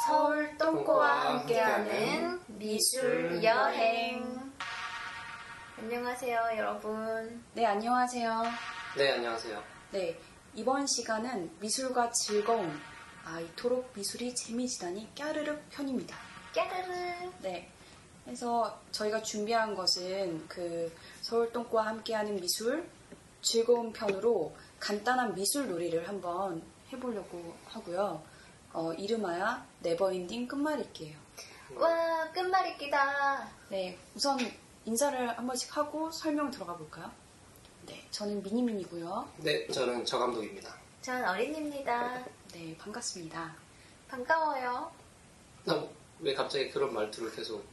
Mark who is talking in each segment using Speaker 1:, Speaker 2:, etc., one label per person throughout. Speaker 1: 서울 똥꼬와 함께하는 미술 여행. 안녕하세요, 여러분.
Speaker 2: 네, 안녕하세요.
Speaker 3: 네, 안녕하세요.
Speaker 2: 네, 이번 시간은 미술과 즐거움. 아, 이토록 미술이 재미지다니 까르륵 편입니다.
Speaker 1: 깨르르.
Speaker 2: 네. 그래서 저희가 준비한 것은 그 서울 똥꼬와 함께하는 미술 즐거운 편으로 간단한 미술 놀이를 한번 해보려고 하고요. 어, 이름하여 네버엔딩 끝말잇기예요.
Speaker 1: 와, 끝말잇기다.
Speaker 2: 네, 우선 인사를 한 번씩 하고 설명 들어가 볼까요? 네, 저는 미니민이고요.
Speaker 3: 네, 저는 저 감독입니다.
Speaker 1: 전 어린입니다.
Speaker 2: 네, 반갑습니다.
Speaker 1: 반가워요.
Speaker 3: 나 어, 왜 갑자기 그런 말투를 계속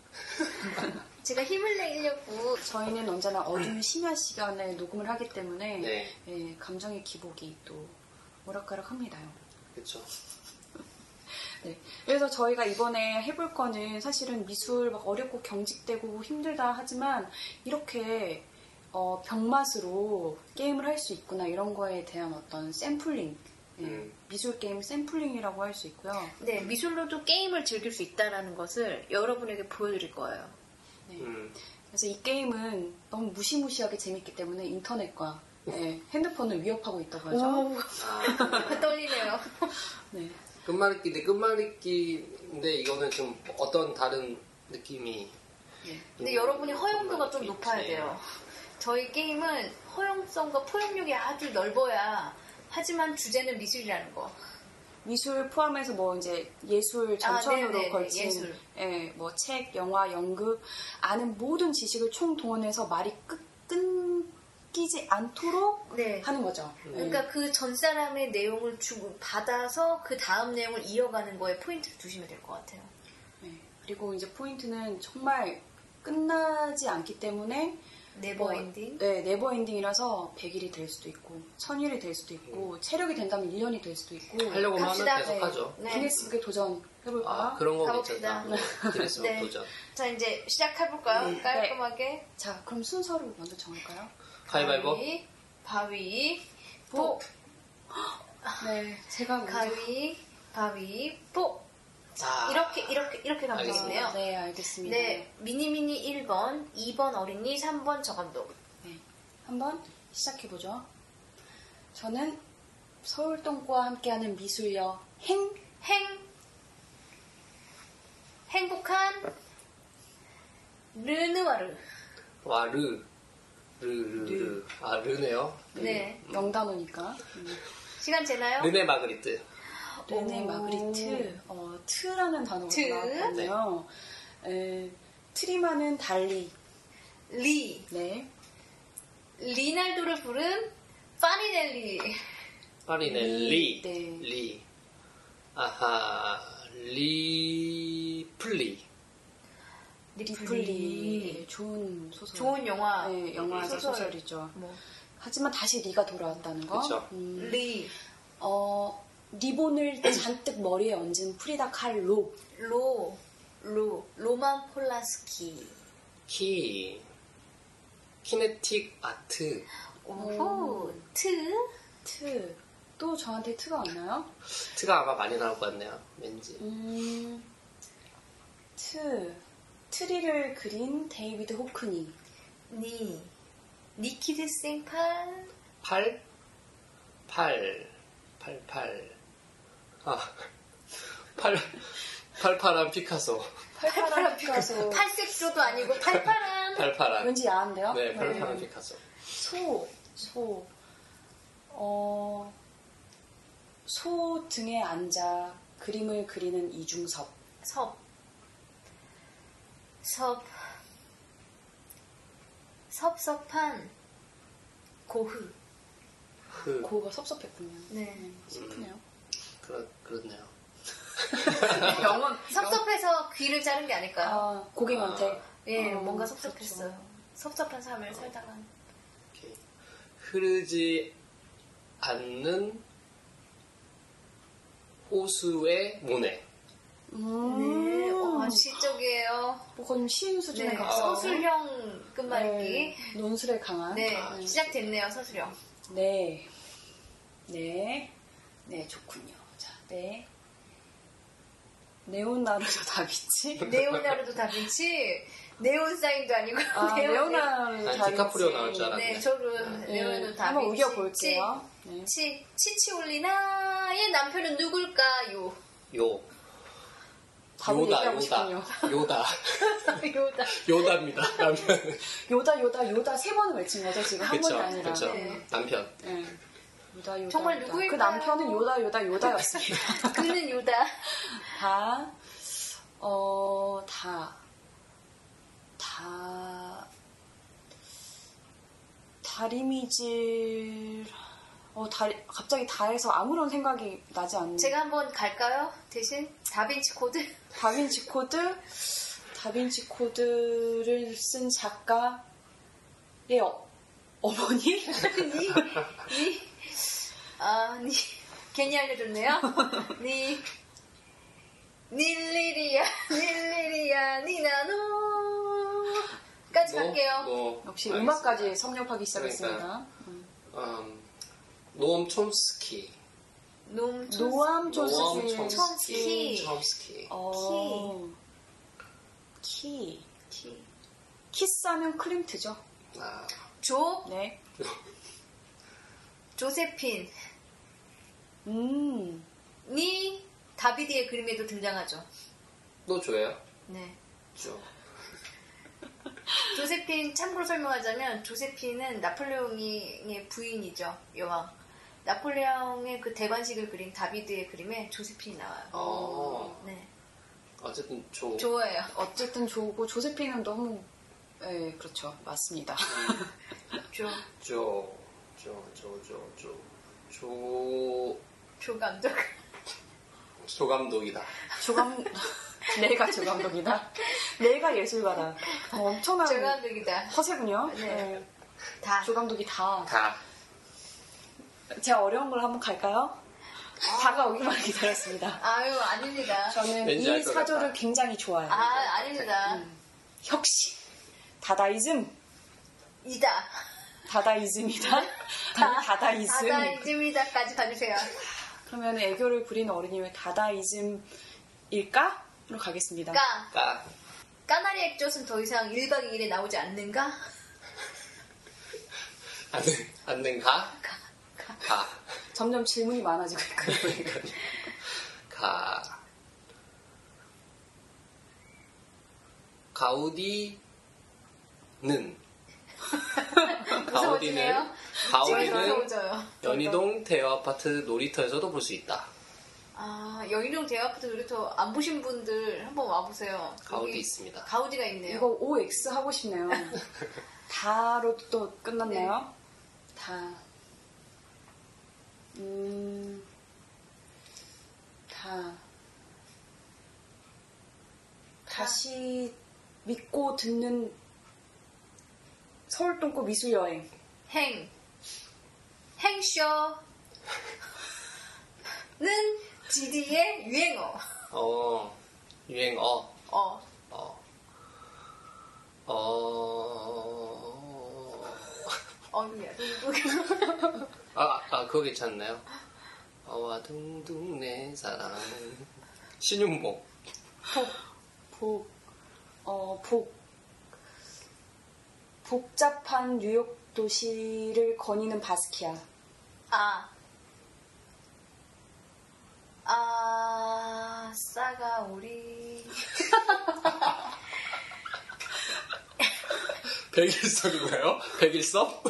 Speaker 1: 제가 힘을 내려고.
Speaker 2: 저희는 언제나 어두운 심야 시간에 녹음을 하기 때문에
Speaker 3: 네.
Speaker 2: 예, 감정의 기복이 또 오락가락합니다요.
Speaker 3: 그렇죠.
Speaker 2: 네. 그래서 저희가 이번에 해볼 거는 사실은 미술 막 어렵고 경직되고 힘들다 하지만 이렇게 어, 병맛으로 게임을 할 수 있구나 이런 거에 대한 어떤 샘플링 예,
Speaker 3: 음.
Speaker 2: 미술 게임 샘플링이라고 할 수 있고요.
Speaker 4: 네, 미술로도 게임을 즐길 수 있다는 것을 여러분에게 보여드릴 거예요.
Speaker 1: 네.
Speaker 3: 음,
Speaker 2: 그래서 이 게임은 너무 무시무시하게 재밌기 때문에 인터넷과 예,
Speaker 3: 어.
Speaker 2: 핸드폰을 위협하고 있다고 하죠.
Speaker 3: 아,
Speaker 1: 떨리네요.
Speaker 2: 네.
Speaker 3: 끝말잇기인데 끝말잇기인데 이거는 좀 어떤 다른 느낌이.
Speaker 2: 네.
Speaker 1: 예. 근데 여러분이 허용도가 좀
Speaker 3: 끝말잇기.
Speaker 1: 높아야
Speaker 3: 네.
Speaker 1: 돼요. 저희 게임은 허용성과 포용력이 아주 넓어야 하지만 주제는 미술이라는 거.
Speaker 2: 미술 포함해서 뭐 이제 예술 전천으로
Speaker 1: 아, 네네네,
Speaker 2: 걸친
Speaker 1: 예술.
Speaker 2: 예, 뭐 책, 영화, 연극 아는 모든 지식을 총 동원해서 말이 끝, 끊기지 않도록
Speaker 1: 네.
Speaker 2: 하는 거죠. 예,
Speaker 1: 그러니까 그 전 사람의 내용을 주고 받아서 그 다음 내용을 이어가는 거에 포인트를 두시면 될 것 같아요.
Speaker 2: 예, 그리고 이제 포인트는 정말 끝나지 않기 때문에
Speaker 3: 뭐,
Speaker 1: 네버 엔딩.
Speaker 2: 네, 네버 엔딩이라서 100일이 될 수도 있고 1000일이 될 수도 있고
Speaker 1: 음.
Speaker 2: 체력이 된다면 1년이 될 수도 있고
Speaker 3: 네. 하려고 하면
Speaker 1: 갑시다.
Speaker 3: 계속 하죠.
Speaker 1: 네.
Speaker 2: 기네스북에 도전해볼까?
Speaker 3: 아, 그런 거
Speaker 1: 가봅시다.
Speaker 3: 괜찮다. 드레스
Speaker 1: 네.
Speaker 3: 도전.
Speaker 1: 자 이제
Speaker 3: 음.
Speaker 1: 시작해볼까요? 깔끔하게.
Speaker 2: 자, 그럼 순서를 먼저 정할까요?
Speaker 3: 네. 가위바위보.
Speaker 1: 바위, 바위,
Speaker 2: 보.
Speaker 1: 보.
Speaker 2: 네, 제가 먼저
Speaker 1: 아, 가위, 바위, 보.
Speaker 3: 아,
Speaker 1: 이렇게 이렇게 이렇게
Speaker 3: 알겠습니다.
Speaker 1: 감독이네요.
Speaker 2: 네, 알겠습니다.
Speaker 1: 네, 미니미니 1번, 2번 어린이, 3번 저감독.
Speaker 2: 네, 한번 시작해보죠. 저는 서울동과 함께하는 미술여 행
Speaker 1: 행, 행복한 르누아르.
Speaker 3: 와, 르. 르, 르, 르. 아, 르네요.
Speaker 1: 네.
Speaker 2: 영단어니까 음,
Speaker 1: 시간 되나요?
Speaker 3: 르네 마그리트.
Speaker 2: 레네 마그리트 어, 트라는 단어가
Speaker 1: 트.
Speaker 2: 나왔거든요. 에, 트리마는 달리
Speaker 1: 리.
Speaker 2: 네
Speaker 1: 리날도를 부른 파리넬리.
Speaker 3: 파리네
Speaker 2: 리,
Speaker 3: 리.
Speaker 2: 네.
Speaker 3: 리. 아하. 리플리.
Speaker 2: 리플리 네, 좋은 소설
Speaker 1: 좋은 영화.
Speaker 2: 네, 영화
Speaker 1: 소설.
Speaker 2: 소설. 이죠
Speaker 1: 뭐.
Speaker 2: 하지만 다시 네가 돌아왔다는 거.
Speaker 3: 그쵸.
Speaker 2: 음,
Speaker 1: 리.
Speaker 2: 어, 리본을 잔뜩 머리에 얹은 프리다 칼로
Speaker 1: 로. 로. 로만 폴란스키.
Speaker 3: 키 키네틱 아트
Speaker 1: 오호. 트.
Speaker 2: 트. 또 저한테 트가 왔나요?
Speaker 3: 트가 아마 많이 나올 것 같네요 왠지
Speaker 2: 음, 트. 트리를 그린 데이비드 호크니.
Speaker 1: 니. 니키드 생판.
Speaker 3: 팔? 팔 팔팔 아 팔, 팔팔한 피카소
Speaker 2: 팔팔한 피카소.
Speaker 1: 팔색조도 아니고 팔팔한.
Speaker 3: 팔팔한
Speaker 2: 왠지 야한데요?
Speaker 3: 네 팔팔한 피카소
Speaker 2: 소. 소. 어, 소 등에 앉아 그림을 그리는 이중섭.
Speaker 1: 섭. 섭. 섭섭한. 고흐.
Speaker 3: 흐
Speaker 2: 고가 섭섭했군요.
Speaker 1: 네.
Speaker 2: 슬프네요.
Speaker 3: 그, 음. 그렇, 그렇네요
Speaker 2: 영원.
Speaker 1: 섭섭해서 귀를 자른 게 아닐까요?
Speaker 2: 아, 고객한테.
Speaker 1: 예,
Speaker 2: 어,
Speaker 1: 뭔가
Speaker 2: 그렇죠.
Speaker 1: 섭섭했어요. 섭섭한 삶을 살다가
Speaker 3: 이렇게 흐르지 않는 호수의 모네
Speaker 1: 네, 어,
Speaker 2: 음.
Speaker 1: 시적이에요.
Speaker 2: 뭐 그건 시인 수준의
Speaker 1: 네,
Speaker 2: 가사.
Speaker 1: 서술형 끝말잇기.
Speaker 2: 어. 네, 아, 논술에 강한.
Speaker 1: 네, 시작됐네요, 서술형.
Speaker 2: 네. 네. 네, 좋군요. 자, 네. 네오나르도 다빈치?
Speaker 1: 네오나르도 다빈치 네온 사인도 아니고
Speaker 2: 아, 네오나르도
Speaker 3: 아니,
Speaker 2: 다빈치.
Speaker 3: 디카프리오 나올 줄 알았네.
Speaker 1: 네, 저도
Speaker 2: 네,
Speaker 1: 네오나르도 다빈치.
Speaker 2: 한번 우겨볼게요. 네.
Speaker 1: 치, 치치올리나의 남편은 누굴까요?
Speaker 3: 요
Speaker 2: 답을
Speaker 3: 요다
Speaker 2: 얘기하고
Speaker 3: 요다
Speaker 2: 싶군요.
Speaker 3: 요다
Speaker 1: 요다.
Speaker 3: 요다입니다 남편
Speaker 2: 요다 요다 요다 세 번을 외친 거죠 지금 한 번이
Speaker 3: 그쵸
Speaker 2: 아니라.
Speaker 3: 그쵸
Speaker 1: 네.
Speaker 3: 남편
Speaker 2: 예. 요다 요다.
Speaker 1: 정말
Speaker 2: 요다.
Speaker 1: 누구일까요?
Speaker 2: 그 남편은 요다 요다 요다였습니다.
Speaker 1: 그는 요다.
Speaker 2: 다, 어, 다, 다, 다리미질, 어, 다리, 갑자기 다해서 아무런 생각이 나지 않는.
Speaker 1: 제가 한번 갈까요? 대신 다빈치 코드?
Speaker 2: 다빈치 코드, 다빈치 코드를 쓴 작가의 어, 어머니?
Speaker 1: 니, 니, 아, 니, 괜히 알려줬네요. 니, 닐리리야, 닐리리야, 니나노. 까지
Speaker 3: 뭐,
Speaker 1: 갈게요.
Speaker 3: 뭐,
Speaker 2: 역시
Speaker 3: 알겠습니다.
Speaker 2: 음악까지 섭렵하기 시작했습니다.
Speaker 3: 그러니까요. 음, 노엄 촘스키
Speaker 1: 놈,
Speaker 2: 노암
Speaker 3: 노암
Speaker 2: 조스의
Speaker 1: 촘스키.
Speaker 3: 촘스키
Speaker 2: 어, 키.
Speaker 1: 티.
Speaker 2: 키스하면 클림트죠.
Speaker 3: 아,
Speaker 1: 조,
Speaker 2: 네.
Speaker 1: 조세핀.
Speaker 2: 음.
Speaker 1: 니, 다비디의 그림에도 등장하죠.
Speaker 3: 너 줘요?
Speaker 1: 네.
Speaker 3: 줘
Speaker 1: 조세핀 참고로 설명하자면 조세핀은 나폴레옹의 부인이죠 여왕. 나폴레옹의 그 대관식을 그린 다비드의 그림에 조세핀이 나와요.
Speaker 3: 어,
Speaker 1: 네,
Speaker 3: 어쨌든 줘
Speaker 1: 좋아요.
Speaker 2: 어쨌든 좋고 조세핀은 너무 예, 그렇죠. 맞습니다.
Speaker 1: 조,
Speaker 3: 줘, 줘, 줘, 줘, 줘, 조,
Speaker 1: 조 감독.
Speaker 3: 조 감독이다.
Speaker 2: 조감 내가 조감독이다. 내가 예술가다. 어, 엄청난
Speaker 1: 조 감독이다.
Speaker 2: 허세군요.
Speaker 1: 네.
Speaker 2: 예,
Speaker 1: 다.
Speaker 2: 조감독이 다.
Speaker 3: 다.
Speaker 2: 제가 어려운 걸로 한번 갈까요? 아. 다가오기만 기다렸습니다.
Speaker 1: 아유 아닙니다.
Speaker 2: 저는
Speaker 3: 왠지
Speaker 2: 이
Speaker 3: 알것
Speaker 2: 사조를
Speaker 3: 같다.
Speaker 2: 굉장히 좋아해요.
Speaker 1: 아 아닙니다.
Speaker 2: 음. 혁신, 다다이즘,
Speaker 1: 이다.
Speaker 2: 다다이즘이다. 아니, 다다이즘.
Speaker 1: 다다이즘이다까지 봐주세요.
Speaker 2: 그러면 애교를 부리는 어린이 왜 다다이즘일까? 로 가겠습니다.
Speaker 1: 까.
Speaker 3: 까.
Speaker 1: 까나리 액젓은 더 이상 1박 2일에 나오지 않는가?
Speaker 3: 안, 된- 안 된, 가?
Speaker 1: 가. 가.
Speaker 3: 가.
Speaker 2: 점점 질문이 많아지고 있고요.
Speaker 3: 가. 가우디는.
Speaker 1: 무서워지네요. 지금
Speaker 3: 가우디는
Speaker 1: 무서워져요.
Speaker 3: 연희동 대여 아파트 놀이터에서도 볼 수 있다.
Speaker 1: 아, 여의룡 대화부터 놀이터 안 보신 분들 한번 와보세요.
Speaker 3: 가우디
Speaker 1: 여기
Speaker 3: 있습니다.
Speaker 1: 가우디가 있네요.
Speaker 2: 이거 OX 하고 싶네요. 다로 또 끝났네요. 다. 음. 다. 다시 믿고 듣는 서울 동구 미술 여행.
Speaker 1: 행. 행쇼. 는 GD의 유행어.
Speaker 3: 어, 유행어.
Speaker 1: 어.
Speaker 3: 어. 어.
Speaker 1: 어미야.
Speaker 3: 아, 아 그거 괜찮나요? 어와 둥둥 내 사랑 신윤복
Speaker 2: 복, 어, 복, 복잡한 뉴욕 도시를 거니는 바스키아.
Speaker 1: 아. 아, 싸가 우리.
Speaker 3: 백일섭인가요?
Speaker 1: 어,
Speaker 3: 백일섭?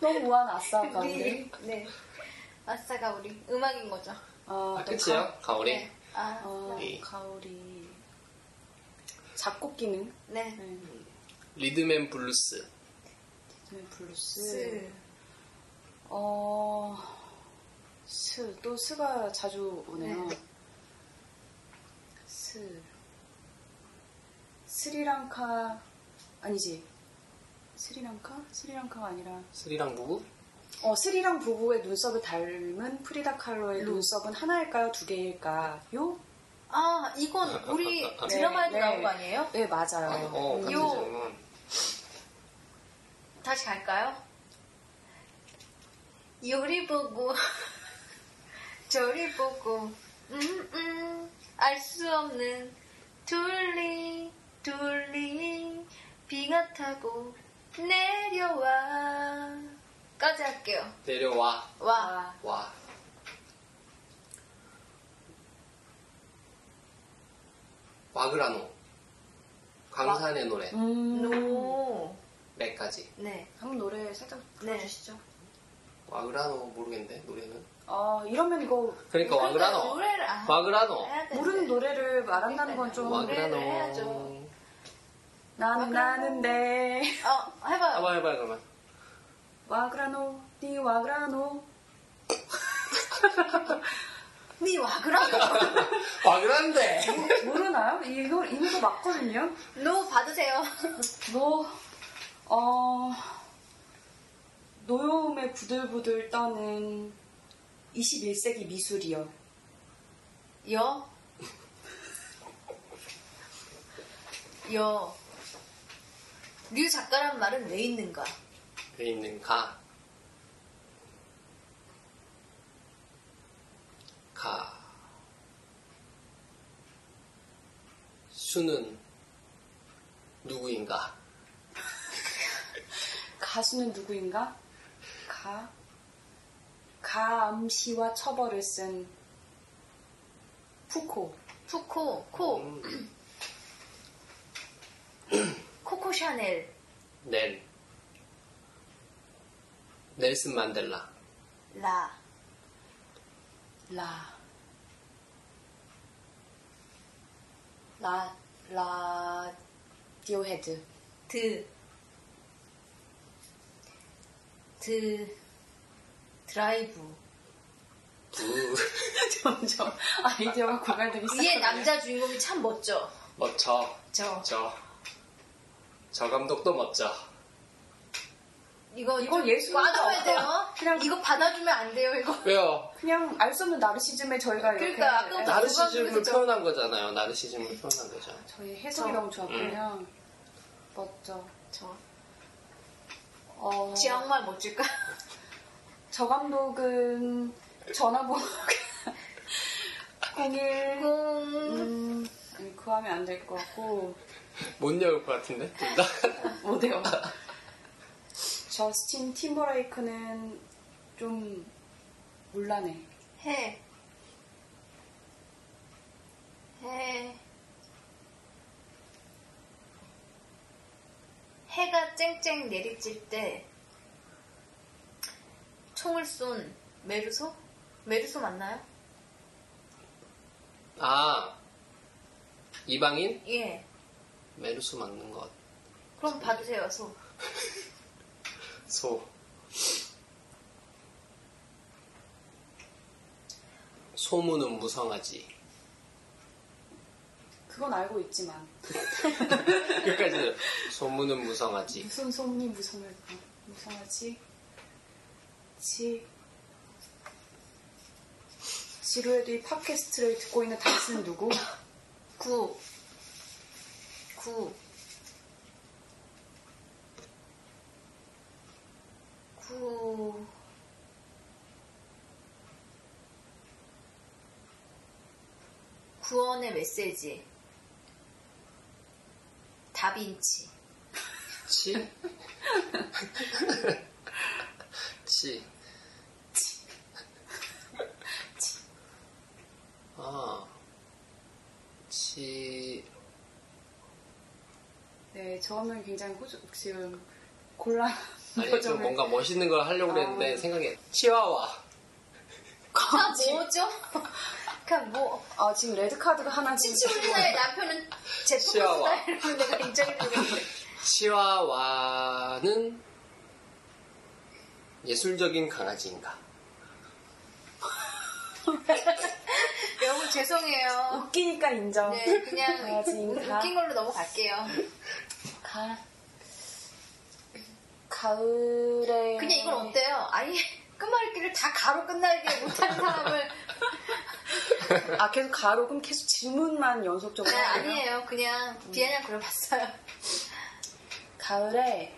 Speaker 2: 너무 우아한 아싸가.
Speaker 1: 우리. 네. 아, 싸가 우리. 음악인 거죠.
Speaker 2: 아,
Speaker 3: 아, 끝이요? 가오리?
Speaker 1: 네. 아,
Speaker 2: 어,
Speaker 3: 네.
Speaker 2: 가오리. 작곡 기능.
Speaker 1: 네.
Speaker 2: 네.
Speaker 3: 리듬앤 블루스
Speaker 2: 네, 블루스.
Speaker 1: 스.
Speaker 2: 어, 스. 또 스가 자주 오네요.
Speaker 1: 네.
Speaker 2: 스. 스리랑카, 아니지. 스리랑카? 스리랑카가 아니라.
Speaker 3: 스리랑 부부?
Speaker 2: 어, 스리랑 부부의 눈썹을 닮은 프리다 칼로의 눈썹은 하나일까요? 두 개일까요?
Speaker 1: 아, 이건 우리 드라마에도
Speaker 2: 네.
Speaker 1: 나온 거 아니에요?
Speaker 2: 네, 맞아요.
Speaker 3: 어, 같은
Speaker 1: 요.
Speaker 3: 질문
Speaker 1: 다시 갈까요? 요리 보고, 저리 보고, 음, 음, 알 수 없는 둘리 둘리 비가 타고 내려와 까지 할게요
Speaker 3: 내려와.
Speaker 1: 와
Speaker 2: 아.
Speaker 3: 와. 와그라노. 강산의 노래.
Speaker 1: 음. 노.
Speaker 3: 맥까지.
Speaker 1: 네.
Speaker 2: 한번 음. 노래 살짝 불러주시죠.
Speaker 3: 와그라노 모르겠는데, 노래는.
Speaker 2: 어, 이러면 이거
Speaker 3: 그러니까 와그라노.
Speaker 1: 노래를 아,
Speaker 3: 와그라노.
Speaker 1: 해야 되는데.
Speaker 2: 모르는 노래를 말한다는 건 좀
Speaker 1: 와.
Speaker 3: 음.
Speaker 1: 노래를
Speaker 3: 와그라노.
Speaker 1: 해야죠.
Speaker 2: 나는 나는데
Speaker 1: 어 해봐요
Speaker 3: 한번 해봐요, 그러면.
Speaker 2: 와그라노 니 와그라노
Speaker 1: 니 와그라노
Speaker 3: 와그란데.
Speaker 2: 모르나요? 이거 이 노래 맞거든요.
Speaker 1: 노 받으세요
Speaker 2: 뭐, 어, 노여움에 부들부들 떠는 21세기 미술이요.
Speaker 1: 여. 여. 류 작가란 말은 왜 있는가?
Speaker 3: 돼그 있는 가. 가. 수는 누구인가?
Speaker 2: 가수는 누구인가? 가, 가암시와 처벌을 쓴 푸코.
Speaker 1: 푸코, 코,
Speaker 3: 음,
Speaker 1: 코코 샤넬,
Speaker 3: 넬. 넬슨 만델라.
Speaker 1: 라,
Speaker 2: 라,
Speaker 1: 라, 라,
Speaker 2: 디오헤드.
Speaker 1: 드, 드, 드라이브.
Speaker 3: 우,
Speaker 2: 점점 아이디어가 고갈되기
Speaker 1: 이에
Speaker 2: 시작하네요.
Speaker 1: 남자 주인공이 참 멋져.
Speaker 3: 멋져.
Speaker 1: 저.
Speaker 3: 저. 저 감독도 멋져.
Speaker 1: 이거,
Speaker 2: 이건 예술
Speaker 1: 받아야 돼요.
Speaker 2: 아니야. 그냥-
Speaker 1: 이거 받아주면 안 돼요, 이거.
Speaker 3: 왜요?
Speaker 2: 그냥 알 수 없는 나르시즘에 저희가 이렇게 네.
Speaker 1: 그러니까 아까부터-
Speaker 3: 나르시즘을
Speaker 1: 그죠?
Speaker 3: 표현한 거잖아요. 나르시즘을 표현한 거죠.
Speaker 2: 저희 해석이
Speaker 1: 저- 음.
Speaker 2: 너무 좋았군요. 멋져.
Speaker 1: 저.
Speaker 2: 어,
Speaker 1: 지역말 멋질까?
Speaker 2: 저 감독은 전화번호가 01.
Speaker 1: 공,
Speaker 2: 음, 아니, 그거 하면 안 될 것 같고.
Speaker 3: 못 여울 것 같은데? 둘 다?
Speaker 2: 못해요. 저스틴 팀버레이크는 좀 곤란해.
Speaker 1: 해. 해. 해가 쨍쨍 내리칠 때 총을 쏜 메르소? 메르소 맞나요?
Speaker 3: 아. 이방인?
Speaker 1: 예.
Speaker 3: 메르스 맞는 것.
Speaker 1: 그럼 받으세요, 소.
Speaker 3: 소. 소문은 무성하지.
Speaker 2: 그건 알고 있지만.
Speaker 3: 여기까지 소문은 무성하지.
Speaker 2: 무슨 소문이 무성할까? 무성하지? 지. 지루해도 이 팟캐스트를 듣고 있는 당신은 누구?
Speaker 1: 구. 구. 구. 구원의 메시지. 다빈치.
Speaker 3: 치? 치. 아. 치.
Speaker 2: 네, 저 화면 굉장히 호주, 지금 곤란한
Speaker 3: 아니, 저
Speaker 2: 표정을-
Speaker 3: 뭔가 멋있는 걸 하려고 그랬는데
Speaker 2: 아.
Speaker 3: 생각에 치와와.
Speaker 1: 아, 뭐죠? 그냥 뭐.
Speaker 2: 아, 지금 레드카드가 하나 지금.
Speaker 1: 치치올리나의 남편은 제프
Speaker 3: 시아와.
Speaker 1: 코스다 이러면 내가 인정해주겠는데.
Speaker 3: 치와와는 예술적인 강아지인가?
Speaker 1: 여러분, 죄송해요.
Speaker 2: 웃기니까 인정.
Speaker 1: 네, 그냥
Speaker 2: 강아지 인사.
Speaker 1: 웃긴 걸로 넘어갈게요.
Speaker 2: 가. 가을에.
Speaker 1: 그냥 이건 어때요? 아예 끝말잇기를 다 가로 끝나게 못하는 사람을
Speaker 2: 아, 계속 가로, 그럼 계속 질문만 연속적으로.
Speaker 1: 네,
Speaker 2: 하세요?
Speaker 1: 아니에요. 그냥 비아냥 그려봤어요.
Speaker 2: 가을에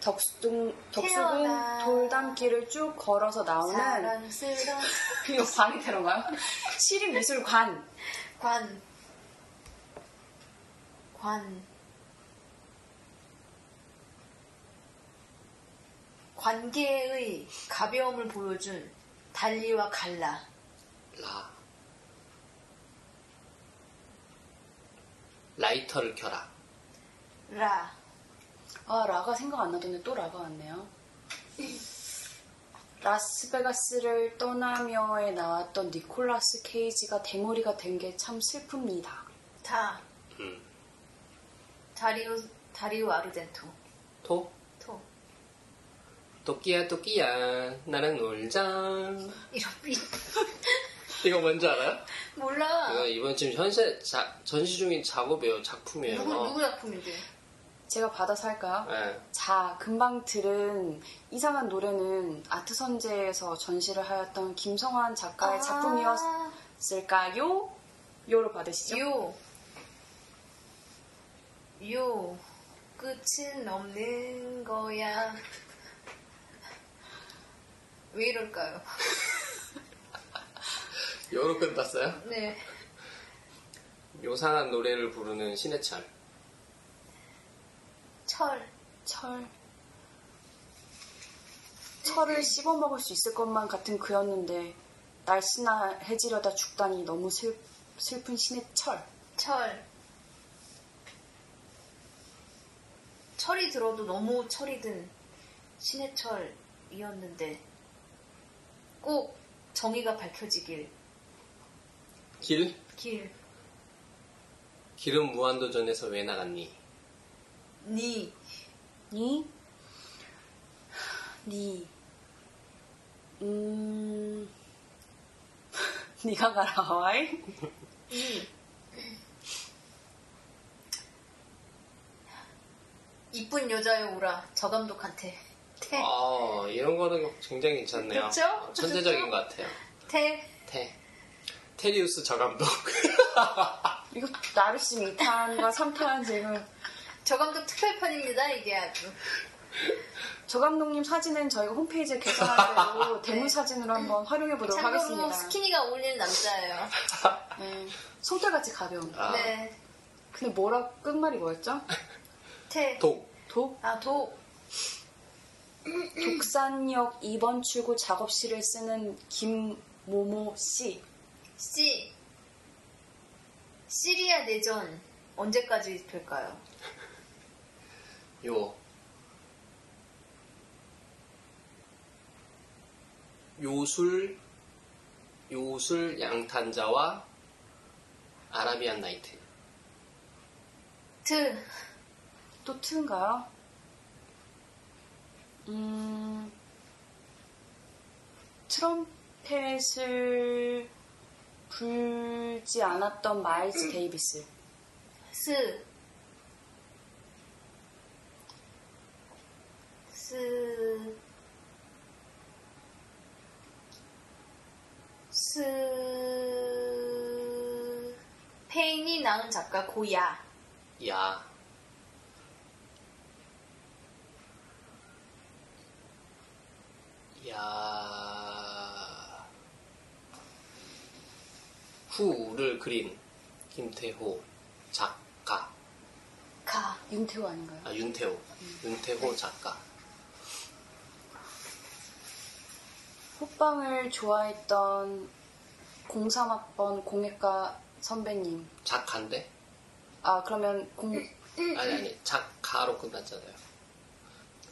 Speaker 2: 덕수궁, 덕수궁
Speaker 1: 태어나.
Speaker 2: 돌담길을 쭉 걸어서 나오는
Speaker 1: 사랑스러운
Speaker 2: 이거 광이 되는가요? 시립미술관
Speaker 1: 관. 관. 관계의 가벼움을 보여준 달리와 갈라.
Speaker 3: 라 라이터를 켜라
Speaker 1: 라.
Speaker 2: 아 라가 생각 안 나던데 또 라가 왔네요 라스베가스를 떠나며에 나왔던 니콜라스 케이지가 대머리가 된 게 참 슬픕니다
Speaker 1: 다.
Speaker 3: 음.
Speaker 1: 다리우, 다리우 아르덴토.
Speaker 3: 토
Speaker 1: 토.
Speaker 3: 토끼야 토끼야 나랑 놀자
Speaker 1: 이런 삐.
Speaker 3: 이거 뭔지 알아요? 이거
Speaker 1: 몰라.
Speaker 3: 이번 지금 현재 자- 전시 중인 작업이에요 작품이에요
Speaker 1: 누구, 누구 작품인데?
Speaker 2: 제가 받아서 할까요?
Speaker 3: 예.
Speaker 2: 자, 금방 들은 이상한 노래는 아트 선제에서 전시를 하였던 김성환
Speaker 1: 네, 아.
Speaker 2: 작가의 작품이었을까요? 요로 받으시죠.
Speaker 1: 요. 요. 끝은 없는 거야. 왜 이럴까요?
Speaker 3: 요로 끝났어요?
Speaker 1: 네.
Speaker 3: 요상한 노래를 부르는 신해철
Speaker 1: 철.
Speaker 2: 철. 철을 씹어 먹을 수 있을 것만 같은 그였는데 날씬나 해지려다 죽다니 너무 슬, 슬픈 신의 철.
Speaker 1: 철. 철이 들어도 너무 철이 든 신의 철이었는데 꼭 정의가 밝혀지길
Speaker 3: 길?
Speaker 1: 길.
Speaker 3: 길은 무한도전에서 왜 나갔니?
Speaker 1: 니.
Speaker 2: 니? 니. 음. 니가 가라 하와이?
Speaker 1: 이 이쁜 여자여 오라 저 감독한테 태 태
Speaker 3: 아 이런 거는 굉장히 괜찮네요
Speaker 1: 네. 그쵸?
Speaker 3: 천재적인 것 같아요 테 테리우스 저감독
Speaker 1: 네.
Speaker 2: 이거 나르심 2탄과 3탄 지금
Speaker 1: 저 감독 특별편입니다 이게 아주
Speaker 2: 저 감독님 사진은 저희가 홈페이지에 개설한 대로 대문 사진으로 한번 활용해 보도록
Speaker 1: 참고로
Speaker 2: 하겠습니다.
Speaker 1: 스키니가 어울리는 남자예요
Speaker 2: 네, 손때같이 가벼운.
Speaker 3: 아,
Speaker 1: 네,
Speaker 2: 근데 뭐라 끝말이 뭐였죠?
Speaker 1: 네태아독
Speaker 3: 독
Speaker 2: 독 독산역 2번 출구 작업실을 쓰는 김모모 씨.
Speaker 1: C 시리아 내전 언제까지 될까요?
Speaker 3: 요. 요술, 요술 양탄자와 아라비안 나이트.
Speaker 1: 트
Speaker 2: 또 트인가요? 음, 트럼펫을 불지 않았던 마일즈 데이비스.
Speaker 1: 스. 스. 스. 페인이 낳은 작가 고야.
Speaker 3: 야. 야. 후를 그린 김태호 작가.
Speaker 1: 가.
Speaker 2: 윤태호 아닌가요?
Speaker 3: 아, 윤태호. 윤태호 작가.
Speaker 2: 호빵을 좋아했던 03학번 공예과 선배님.
Speaker 3: 작가인데?
Speaker 2: 아, 그러면 공,
Speaker 3: 아니, 아니, 작가로 끝났잖아요.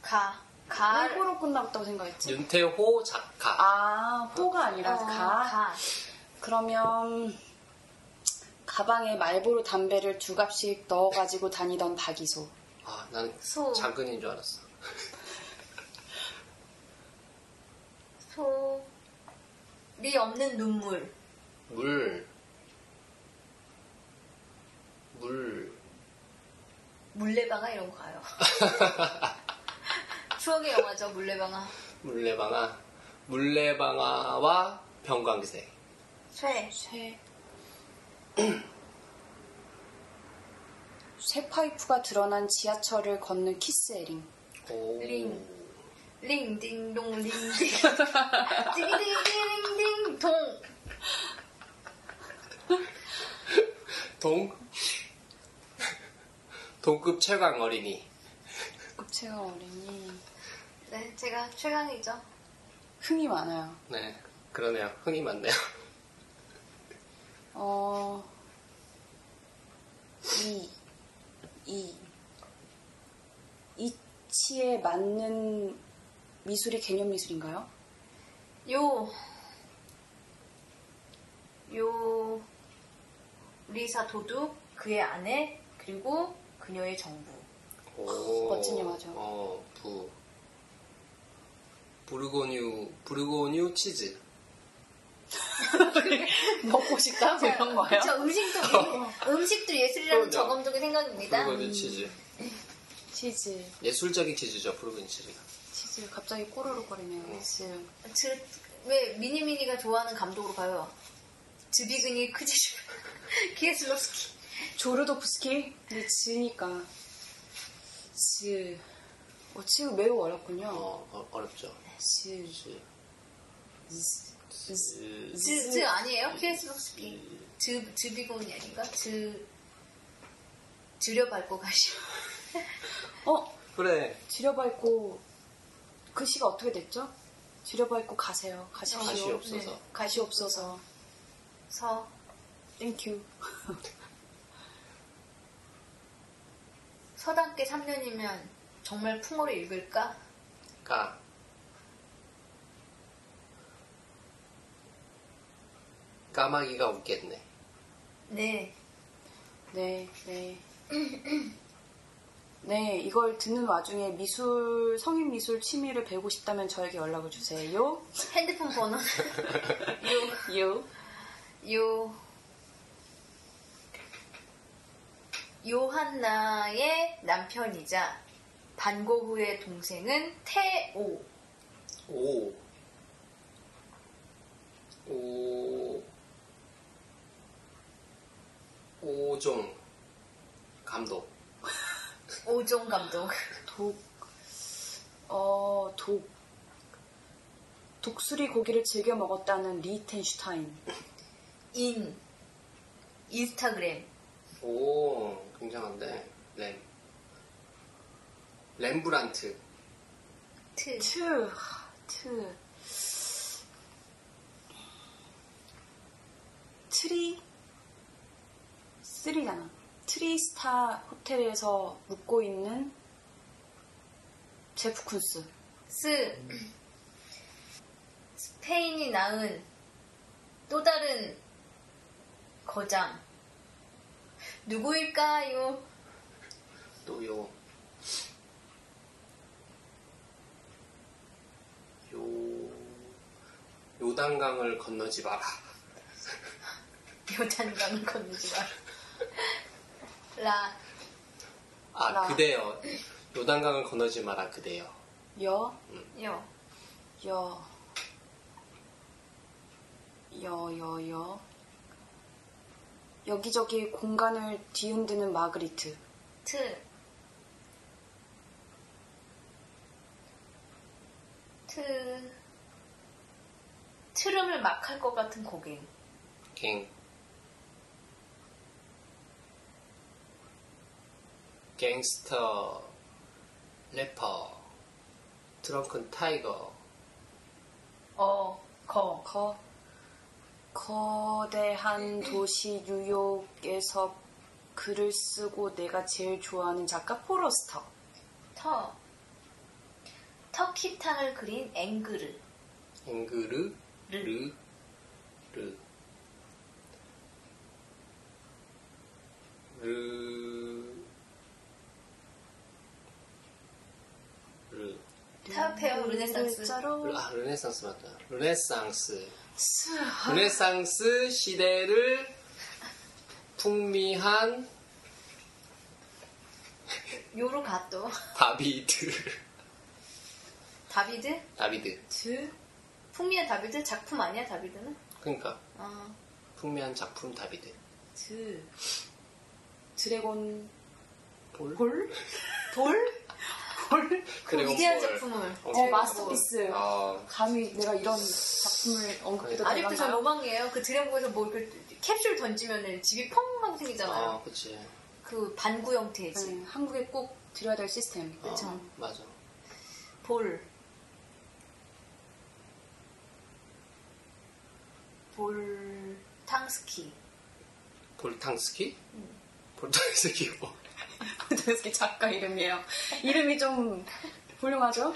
Speaker 1: 가. 가.
Speaker 2: 가로 끝나갔다고 생각했지?
Speaker 3: 윤태호 작가.
Speaker 2: 아, 호가 아니라
Speaker 1: 어,
Speaker 2: 가.
Speaker 1: 가.
Speaker 2: 그러면 가방에 말보로 담배를 두 갑씩 넣어가지고 다니던 박이소.
Speaker 3: 아, 난
Speaker 1: 소.
Speaker 3: 장근인 줄 알았어.
Speaker 1: 소. 리 없는 눈물.
Speaker 3: 물. 물.
Speaker 1: 물레방아 이런 거 가요. 추억의 영화죠, 물레방아.
Speaker 3: 물레방아. 물레방아와 병광색.
Speaker 1: 쇠.
Speaker 2: 쇠. 쇠 파이프가 드러난 지하철을 걷는 키스 에링.
Speaker 3: 오.
Speaker 1: 링. 링딩동 링딩 띵딩딩딩 동
Speaker 3: 동? 동급 최강 어린이.
Speaker 2: 급체가 어린이
Speaker 1: 네, 제가 최강이죠.
Speaker 2: 흥이 많아요.
Speaker 3: 네. 그러네요. 흥이 많네요.
Speaker 2: 어, 이, 이, 이치에 맞는 미술이 개념 미술인가요?
Speaker 1: 요, 요, 리사 도둑, 그의 아내, 그리고 그녀의 정부.
Speaker 3: 오.
Speaker 2: 멋진 영화죠.
Speaker 3: 어, 부. 부르고뉴, 부르고뉴 치즈.
Speaker 2: 먹고
Speaker 3: 아,
Speaker 2: 싶다? 뭐
Speaker 3: 네.
Speaker 2: 이런 거예요?
Speaker 1: 저 네. 음식도, 음식도 예술이라는
Speaker 3: 어. 그럼요.
Speaker 1: 저감독의 생각입니다.
Speaker 3: 부르고뉴 치즈.
Speaker 2: 치즈,
Speaker 3: 예술적인 치즈죠, 부르고뉴 치즈가.
Speaker 2: 치즈, 갑자기 꼬르륵 거리네요. 치즈.
Speaker 1: 즈- 음, 왜 미니미니가 좋아하는 감독으로 가요? 즈비그니 크지슈, 키에슬로스키.
Speaker 2: 조르도프스키? 근데 지니까. 지. 어, 지 매우 어렵군요.
Speaker 3: 어, 어 어렵죠.
Speaker 2: 지,
Speaker 3: 치.
Speaker 2: 지,
Speaker 3: 즈-
Speaker 1: 즈, 즈 아니에요? 키에슬로스키. 즈, 즈비곤이 아닌가? 즈, 즈려 밟고 가시오.
Speaker 2: 어?
Speaker 3: 그래.
Speaker 2: 지려밟고, 그 시가 어떻게 됐죠? 지려밟고 가세요. 가십시오.
Speaker 3: 다시 없어서.
Speaker 2: 가시 없어서.
Speaker 1: 네, 서,
Speaker 2: 땡큐.
Speaker 1: 서당계 3년이면 정말 풍어로 읽을까?
Speaker 3: 가. 까마귀가 웃겠네.
Speaker 1: 네.
Speaker 2: 네, 네. 네, 이걸 듣는 와중에 미술, 성인 미술 취미를 배우고 싶다면 저에게 연락을 주세요.
Speaker 1: 핸드폰 번호.
Speaker 2: 요.
Speaker 1: 요. 요한나의 남편이자 반고흐의 동생은 태오.
Speaker 3: 오. 오. 오종 감독.
Speaker 1: 오종 감독.
Speaker 2: 독, 어, 독. 독수리 고기를 즐겨 먹었다는 리텐슈타인.
Speaker 1: 인. 인스타그램.
Speaker 3: 오, 굉장한데. 램. 렘브란트.
Speaker 1: 트.
Speaker 2: 트, 트. 트리, 쓰리잖아. 트리스타 호텔에서 묵고 있는 제프 쿤스.
Speaker 1: 스. 스페인이 낳은 또 다른 거장. 누구일까요?
Speaker 3: 또 요. 요. 요단강을 건너지 마라.
Speaker 1: 요단강 건너지 마라. 라,
Speaker 3: 아,
Speaker 2: 라.
Speaker 3: 그대요. 요단강을 건너지 마라, 그대요.
Speaker 2: 여,
Speaker 1: 요,
Speaker 2: 여, 여, 여, 여. 여기저기 공간을 뒤흔드는 마그리트.
Speaker 1: 트. 트. 트름을 막 할 것 같은 고갱.
Speaker 3: 갱. 갱스터, 래퍼, 트렁큰 타이거,
Speaker 1: 어, 거.
Speaker 2: 거, 거대한 도시 뉴욕에서 글을 쓰고 내가 제일 좋아하는 작가 포러스터.
Speaker 1: 터. 터키탕을 그린 앵그르.
Speaker 3: 앵그르,
Speaker 1: 르.
Speaker 3: 르, 르. 르, 르.
Speaker 2: 음,
Speaker 1: 타페어 르네상스.
Speaker 2: 글자로
Speaker 3: 아, 르네상스 맞다. 르네상스.
Speaker 2: 스-
Speaker 3: 르네상스 시대를 풍미한
Speaker 1: 요로 가또.
Speaker 3: 다비드.
Speaker 1: 다비드?
Speaker 3: 다비드.
Speaker 1: 드? 풍미의 다비드? 작품 아니야, 다비드는?
Speaker 3: 그러니까
Speaker 1: 어,
Speaker 3: 풍미한 작품 다비드.
Speaker 2: 드 드래곤
Speaker 3: 볼?
Speaker 2: 볼? 볼? 뭘?
Speaker 1: 그
Speaker 3: 그리고
Speaker 1: 위대한
Speaker 3: 뭘-
Speaker 1: 작품을.
Speaker 3: 어,
Speaker 2: 어,
Speaker 1: 제가
Speaker 2: 마스터피스.
Speaker 3: 아,
Speaker 2: 감히 내가 이런 작품을 언급해도
Speaker 1: 뭐- 아직도 저
Speaker 2: 되나?
Speaker 1: 로망이에요. 그 드래곤에서 뭐그 캡슐 던지면은 집이 펑 하고 생기잖아요.
Speaker 3: 아, 그치.
Speaker 1: 어. 그 반구 형태의 집.
Speaker 2: 네, 한국에 꼭 드려야 될 시스템.
Speaker 3: 어,
Speaker 1: 그쵸.
Speaker 3: 맞아.
Speaker 1: 볼. 볼, 탕스키.
Speaker 3: 볼탕스키?
Speaker 1: 음.
Speaker 3: 볼탕스키 뭐.
Speaker 2: 도대체 작가 이름이에요. 이름이 좀 훌륭하죠?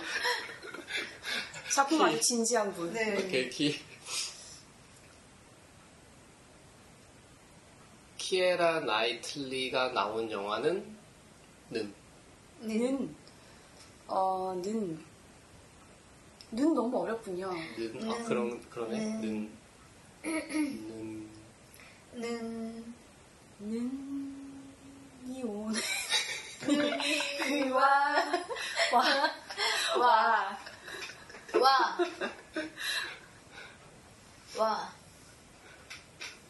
Speaker 2: 작품 아주 진지한 분.
Speaker 1: 네.
Speaker 3: 이렇게 키. 키에라 나이틀리가 나온 영화는 는.
Speaker 1: 는.
Speaker 2: 는, 어, 는, 는 너무 어렵군요.
Speaker 3: 는. 아,
Speaker 1: 는.
Speaker 3: 그런, 그러네.
Speaker 1: 는.
Speaker 3: 는. 는.
Speaker 1: 는.
Speaker 2: 는이 오네.
Speaker 1: 와.
Speaker 2: 와,
Speaker 1: 와. 와. 와.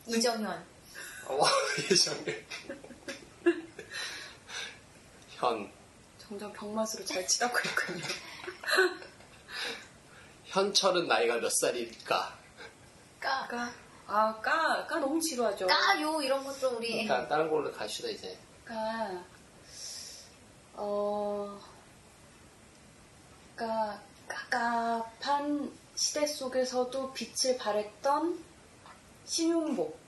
Speaker 1: 이정현.
Speaker 3: 와, 예전에. 현.
Speaker 2: 점점 병맛으로 잘 치닫고 있군요.
Speaker 3: 현철은 나이가 몇 살일까?
Speaker 1: 까.
Speaker 2: 까, 아, 까, 까 너무 지루하죠.
Speaker 1: 까요. 이런 것도 우리.
Speaker 3: 그러니까 다른 걸로 갑시다, 이제.
Speaker 2: 까, 어, 까, 까깝한 시대 속에서도 빛을 발했던 신윤복.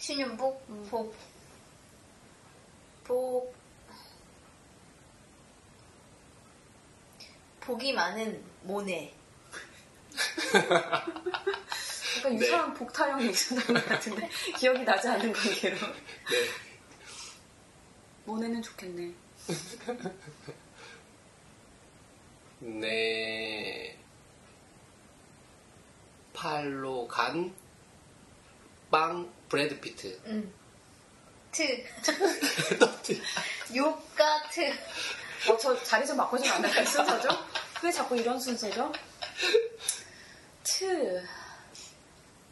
Speaker 1: 신윤복.
Speaker 2: 음.
Speaker 1: 복. 복. 복이 많은 모네.
Speaker 2: 약간
Speaker 3: 네.
Speaker 2: 유사한 복타형이 있었던 것 같은데 기억이 나지 않는 관계로
Speaker 3: 네.
Speaker 2: 모네는 좋겠네
Speaker 3: 네 팔로 간 빵 브래드 피트
Speaker 1: 음. 트.
Speaker 3: 떡튀.
Speaker 1: 요가 트.
Speaker 2: 어, 저 자리 좀 바꿔주면 안 될까요? 순서죠? 왜 자꾸 이런 순서죠? 트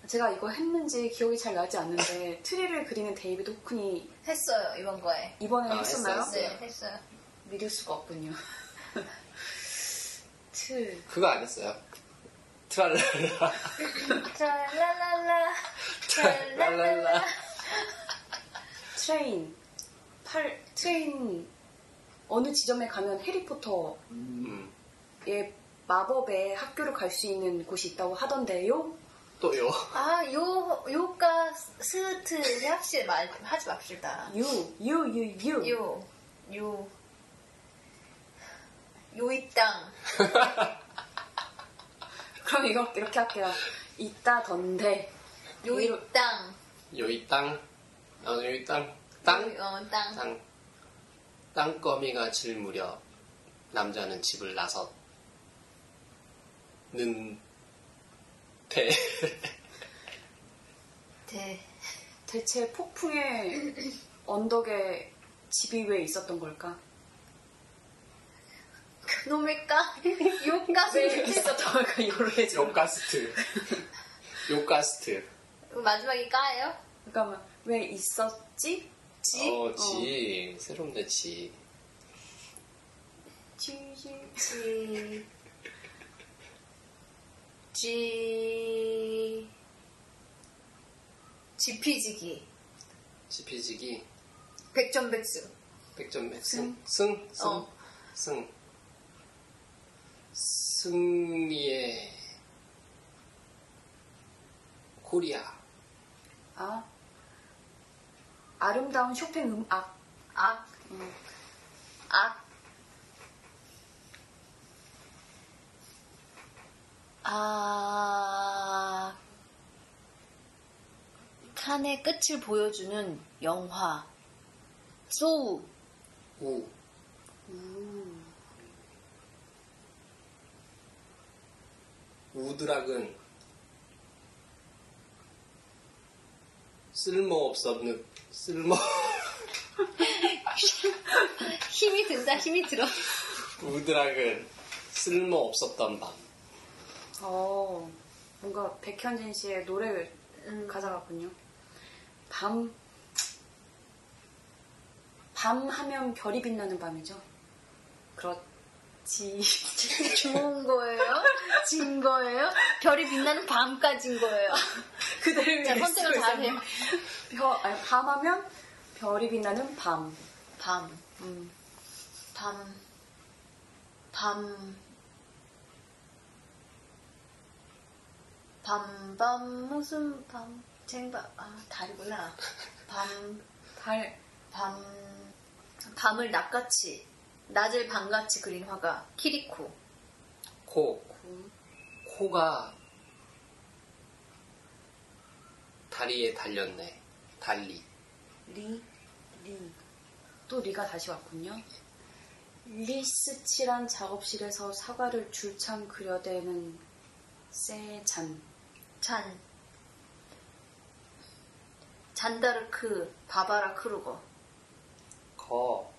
Speaker 2: 제가 이거 했는지 기억이 잘 나지 않는데 트리를 그리는 데이비드 호크니
Speaker 1: 했어요. 이번 거에.
Speaker 2: 이번에
Speaker 3: 아,
Speaker 2: 했었나요?
Speaker 3: 했어요,
Speaker 1: 네, 했어요.
Speaker 2: 믿을 수가 없군요 트
Speaker 3: 그거 안 했어요 트랄랄라
Speaker 1: 랄랄라.
Speaker 3: 트랄랄라
Speaker 2: 트레인 팔 트레인 어느 지점에 가면 해리포터
Speaker 3: 음,
Speaker 2: 예, 마법의 학교를 갈 수 있는 곳이 있다고 하던데요.
Speaker 3: 또요
Speaker 1: 아, 요, 요가 스트를 합시, 말, 하지 맙시다.
Speaker 2: 유, 유, 유, 유.
Speaker 1: 요, 요, 요 입당.
Speaker 2: 그럼 이거 이렇게 할게요. 있다던데.
Speaker 1: 요 입당.
Speaker 3: 요이 땅 어, 요이 땅땅땅
Speaker 1: 어, 땅.
Speaker 3: 땅거미가 질 무렵 남자는 집을 나섰는 대
Speaker 1: 대.
Speaker 2: 대체 폭풍의 언덕에 집이 왜 있었던 걸까?
Speaker 1: 그놈일까? 요가
Speaker 2: 왜
Speaker 1: 스트.
Speaker 2: 있었던 걸까? 이걸로 해줘.
Speaker 3: 요가스트 요가스트
Speaker 1: 마지막이 까예요?
Speaker 2: 잠깐만. 왜 있었지?
Speaker 1: 지?
Speaker 3: 어, 지. 새로운데, 지.
Speaker 2: 지지.
Speaker 1: 지. 지. 지피지기.
Speaker 3: 지피지기.
Speaker 1: 백전백승.
Speaker 3: 백점 맥승. 승. 승.
Speaker 1: 어.
Speaker 3: 승. 승리의 코리아.
Speaker 2: 아. 아름다운 쇼팽 음악.
Speaker 1: 악.
Speaker 2: 음.
Speaker 1: 악.
Speaker 4: 아 칸의 끝을 보여주는 영화 소우
Speaker 3: 우.
Speaker 2: 음.
Speaker 3: 우드락은 쓸모없었는 쓸모
Speaker 1: 힘이 든다, 힘이 들어.
Speaker 3: 우드락은 쓸모없었던 밤.
Speaker 2: 어. 뭔가 백현진 씨의 노래
Speaker 1: 음.
Speaker 2: 가사 같군요. 밤, 밤 하면 별이 빛나는 밤이죠. 그렇,
Speaker 4: 지 좋은 거예요? 진 거예요? 별이 빛나는 밤까지인 거예요.
Speaker 2: 그대를
Speaker 4: 자, 선택을 다 해요.
Speaker 2: 별, 아니, 밤하면 별이 빛나는 밤.
Speaker 4: 밤,
Speaker 2: 음,
Speaker 4: 밤, 밤, 밤, 밤, 무슨 밤, 쟁밤, 아, 달이구나. 밤,
Speaker 2: 달.
Speaker 4: 밤, 밤을 낮같이, 낮을 밤같이 그린 화가 키리코.
Speaker 3: 코. 코가 다리에 달렸네. 달리.
Speaker 2: 리, 리. 또 리가 다시 왔군요. 리스칠한 작업실에서 사과를 줄창 그려대는 세잔.
Speaker 4: 잔 잔다르크 바바라 크루거
Speaker 3: 거.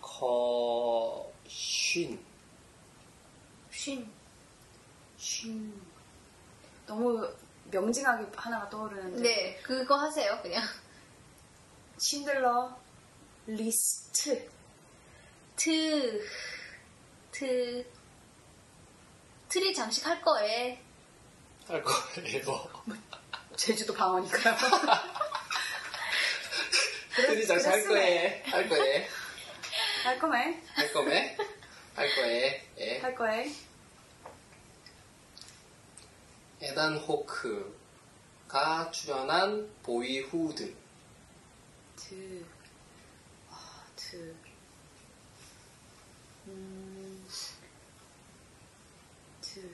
Speaker 3: 거. 쉰.
Speaker 4: 쉰
Speaker 2: 쉰. 너무 명징하게 하나가 떠오르는데.
Speaker 4: 네, 그거 하세요 그냥
Speaker 2: 신들러 리스트.
Speaker 4: 트, 트 트리 장식할 거에
Speaker 3: 할 거예요.
Speaker 2: 제주도 방언이니까요.
Speaker 3: 둘이 장사 할 거에. 할 거에.
Speaker 2: 할 거면
Speaker 3: 할 거에. 할 거에. 예.
Speaker 2: 할 거에
Speaker 3: 에단 호크가 출연한 보이후드.
Speaker 2: 드. 아, 드. 음. 드.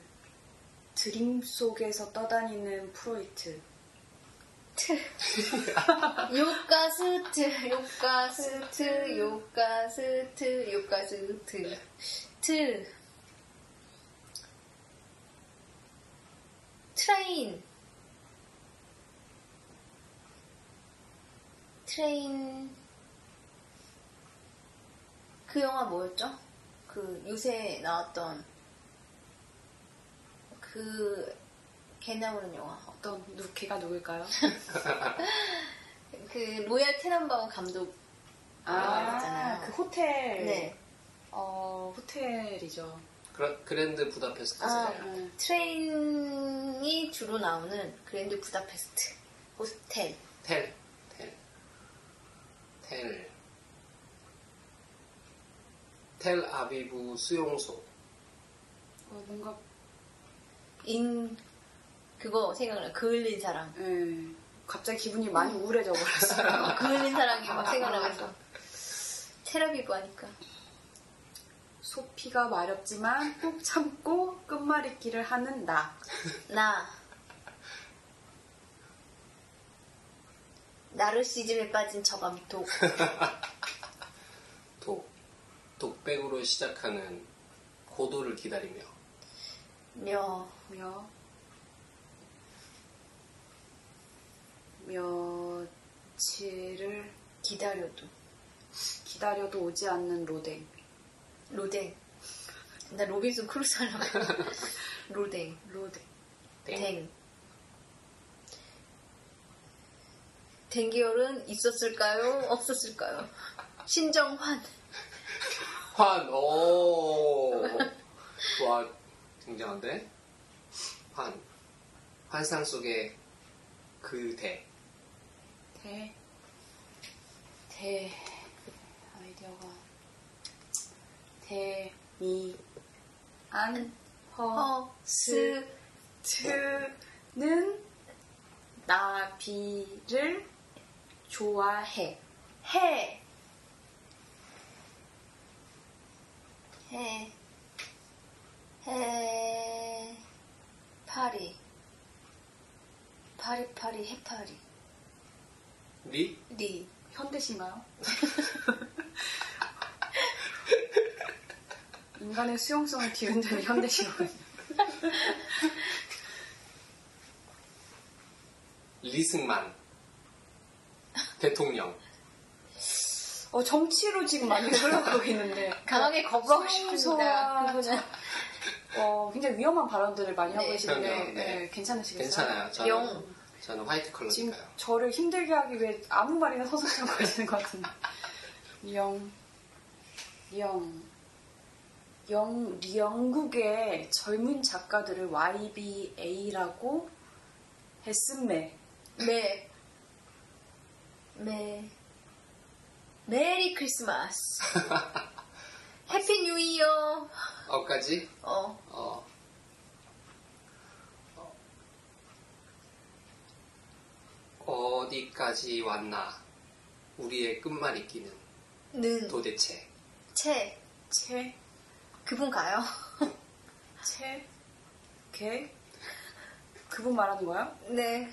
Speaker 2: 드림 속에서 떠다니는 프로이트.
Speaker 4: 요가스트 요가스트 요가스트 요가스트 트 트레인 트레인
Speaker 1: 그 영화 뭐였죠? 그 요새 나왔던 그 개나오는 영화.
Speaker 2: 어떤 누 걔가 누굴까요?
Speaker 1: 그 로얄 테넌바움 감독.
Speaker 2: 아,
Speaker 1: 있잖아요.
Speaker 2: 그 호텔.
Speaker 1: 네.
Speaker 2: 어, 호텔이죠.
Speaker 3: 그라- 그랜드 부다페스트.
Speaker 1: 아,
Speaker 3: 아.
Speaker 2: 음.
Speaker 1: 트레인이 주로 나오는 그랜드 부다페스트 호스텔.
Speaker 3: 텔. 텔. 텔. 텔 아비브 수용소.
Speaker 2: 어, 뭔가
Speaker 1: 인 그거 생각나. 그을린 사랑.
Speaker 2: 예. 갑자기 기분이 많이 우울해져 버렸어요.
Speaker 1: 그을린 사랑이 막 생각나면서 테라비브 하니까.
Speaker 2: 소피가 마렵지만 꼭 참고 끝말잇기를 하는 나.
Speaker 1: 나 나르시즘에 빠진 저감독
Speaker 3: 독. 독백으로 시작하는 고도를 기다리며.
Speaker 1: 며
Speaker 2: 며. 며칠을
Speaker 1: 기다려도
Speaker 2: 기다려도 오지 않는 로댕.
Speaker 1: 로댕 나 로빈슨 크루스 하려고 로댕
Speaker 2: 로댕.
Speaker 1: 댕 댕기열은 있었을까요? 없었을까요? 신정환
Speaker 3: 환, 오. 와, 굉장한데? 환. 환상 속의 그대.
Speaker 2: 대. 대. 아이디어가. 대. 미. 안. 허.
Speaker 1: 허스
Speaker 2: 트는 나비를 좋아해. 해.
Speaker 1: 해 해, 파리, 파리, 파리, 해파리,
Speaker 3: 리?
Speaker 1: 리,
Speaker 2: 현대신가요? 인간의 수용성을 뒤흔드는 현대신화가
Speaker 3: 리승만. 대통령.
Speaker 2: 어, 정치로 지금 많이 흘러가고 있는데.
Speaker 1: 강하게 거부하고
Speaker 2: 수용소와
Speaker 1: 싶습니다.
Speaker 2: 그거는, 어, 굉장히 위험한 발언들을 많이 하고
Speaker 1: 네,
Speaker 2: 계시는데,
Speaker 3: 그럼요. 네.
Speaker 2: 네, 괜찮으시겠어요?
Speaker 3: 괜찮아요. 저는
Speaker 1: 영.
Speaker 3: 저는 화이트
Speaker 2: 지금
Speaker 3: 컬러니까요.
Speaker 2: 저를 힘들게 하기 위해 아무 말이나 서서히 하고 계시는 것 같은데. 영, 영, 영, 영국의 젊은 작가들을 YBA라고 했음매.
Speaker 5: 네.
Speaker 1: 네. 메리 크리스마스. 해피 뉴 이어.
Speaker 3: 어까지
Speaker 1: 어.
Speaker 3: 어. 어. 디까지 왔나? 우리의 끝말잇기는
Speaker 1: 는.
Speaker 3: 도대체
Speaker 1: 채.
Speaker 2: 채,
Speaker 1: 그분 가요.
Speaker 2: 채, 개. 그분 말하는 거야?
Speaker 1: 네.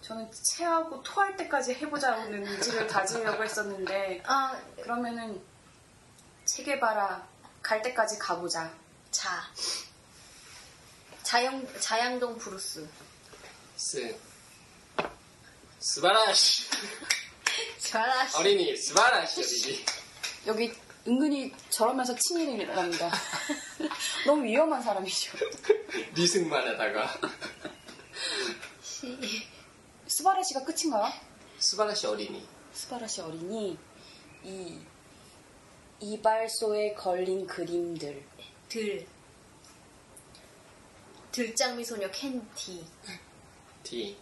Speaker 2: 저는 채하고 토할 때까지 해보자는 의지를 다지려고 했었는데
Speaker 1: 아,
Speaker 2: 그러면은 체계바라 갈 때까지 가보자.
Speaker 1: 자. 자영, 자양동 브루스.
Speaker 3: 스 스바라시
Speaker 1: 잘하시.
Speaker 3: 어린이 스바라시 어린이
Speaker 2: 여기 은근히 저러면서 친일이 일어납니다. 너무 위험한 사람이죠.
Speaker 3: 리승만 하다가
Speaker 2: 스바라 시가 끝인가요?
Speaker 3: 스바라시 어린이
Speaker 2: 스바라 시 어린이 이 이발소에 걸린 그림들
Speaker 1: 들. 들장미 소녀 캔디.
Speaker 3: D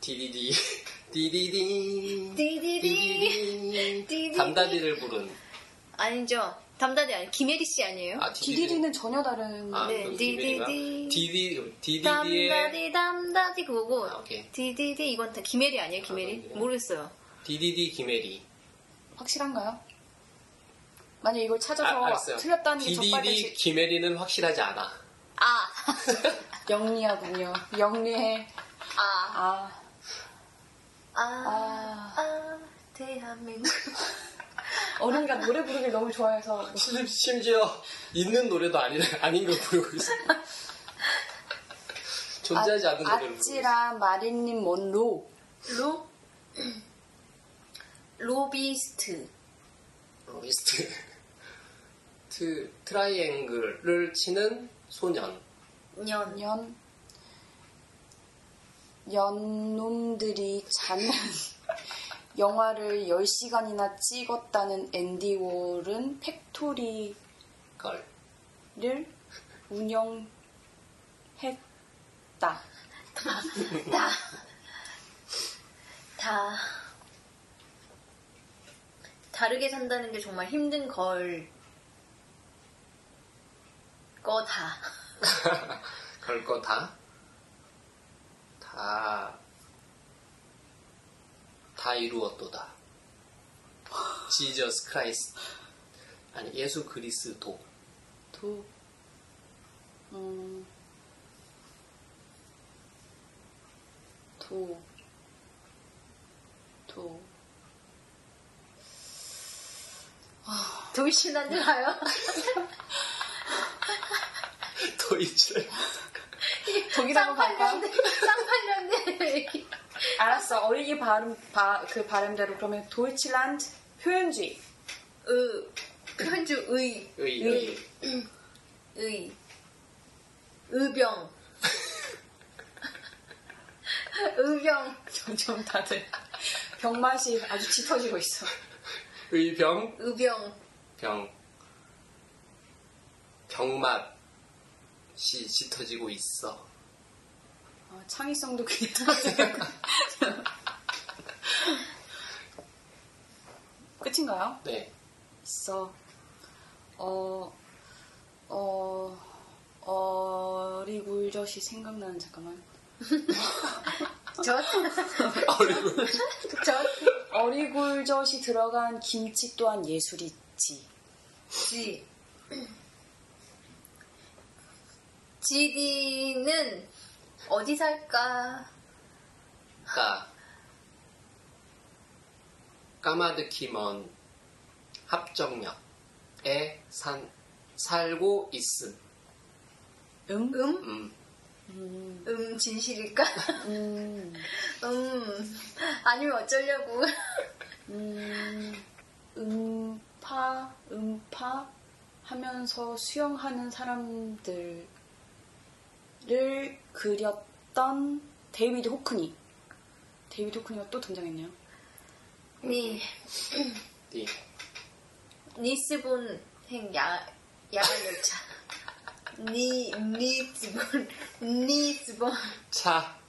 Speaker 3: 디디디 디디디
Speaker 1: 디디디.
Speaker 3: 디디디
Speaker 1: 디디디.
Speaker 3: 담다디를 부른
Speaker 1: 아니죠. 담다디 아니, 김혜리 씨 아니에요?
Speaker 3: 아
Speaker 2: 디디디는 전혀 다른
Speaker 3: 아,
Speaker 1: 네,
Speaker 3: 그럼 디디디가
Speaker 1: 디디디.
Speaker 3: 디디 디디디의
Speaker 1: 담다디 담다디 그거고
Speaker 3: 아, 오케이.
Speaker 1: 디디디 이건 다 김혜리 아니에요
Speaker 3: 아,
Speaker 1: 김혜리?
Speaker 3: 그래요?
Speaker 1: 모르겠어요.
Speaker 3: 디디디 김혜리
Speaker 2: 확실한가요? 만약 이걸 찾아서
Speaker 3: 아, 알았어요.
Speaker 2: 틀렸다는 게
Speaker 3: 디디디
Speaker 2: 적발될지
Speaker 3: 김혜리는 확실하지 않아.
Speaker 1: 아,
Speaker 2: 영리하군요. 영리해.
Speaker 1: 아,
Speaker 2: 아,
Speaker 1: 아,
Speaker 2: 아.
Speaker 1: 아, 대한민국.
Speaker 2: 어른이가 노래 부르길 너무 좋아해서
Speaker 3: 심- 심지어 있는 노래도 아니, 아닌 걸 부르고 있어. 존재하지 않는 노래를 부르고 있어.
Speaker 2: 아찌라 마린님 먼로
Speaker 1: 로 로비스트.
Speaker 3: 어, 로비스트. 트, 트라이앵글을 치는 소년.
Speaker 1: 년.
Speaker 2: 연 연놈들이 자는 영화를 10시간이나 찍었다는 앤디 월은 팩토리를
Speaker 3: 걸.
Speaker 2: 운영했다.
Speaker 1: 다. 다. 다르게 산다는 게 정말 힘든 걸. 거다.
Speaker 3: 걸 거 다. 다. 다 이루었도다. 지저스 크라이스트. 아니, 예수 그리스도.
Speaker 2: 도 음. 도. 도.
Speaker 1: 돌신한 줄 알아요?
Speaker 3: 도이치.
Speaker 2: 거기다가 갈까요?
Speaker 1: 쌍팔년대.
Speaker 2: 알았어. 어린이 발음 바, 그 발음대로 그러면 도이칠란드 표현주의.
Speaker 1: 으. 현주 그 의.
Speaker 3: 의, 의.
Speaker 1: 의. 의병. 의병.
Speaker 2: 점점 다들 병맛이 아주 짙어지고 있어.
Speaker 3: 의병,
Speaker 1: 의병.
Speaker 3: 병. 병맛이 짙어지고 있어.
Speaker 2: 어, 창의성도 그게 떨어지고. 끝인가요?
Speaker 3: 네.
Speaker 2: 있어. 어, 어, 어리굴젓이 생각나는 잠깐만.
Speaker 1: 젖.
Speaker 3: 어리굴.
Speaker 1: 젖.
Speaker 2: 어리굴젓이 들어간 김치 또한 예술이지.
Speaker 1: 지. 지디는 어디 살까?
Speaker 3: 까. 까마득히 먼 합정역에 산, 살고 있음.
Speaker 2: 음?
Speaker 1: 음?
Speaker 3: 음.
Speaker 2: 음.
Speaker 1: 음, 진실일까?
Speaker 2: 음.
Speaker 1: 음, 아니면 어쩌려고.
Speaker 2: 음, 음파, 음파 하면서 수영하는 사람들을 그렸다. 했던 데이비드 호크니. 데이비드 호크니가 또 등장했네요.
Speaker 1: 니
Speaker 3: 이
Speaker 1: 니스본 행 야, 야간 열차. 니 니스본 니스본
Speaker 3: 차.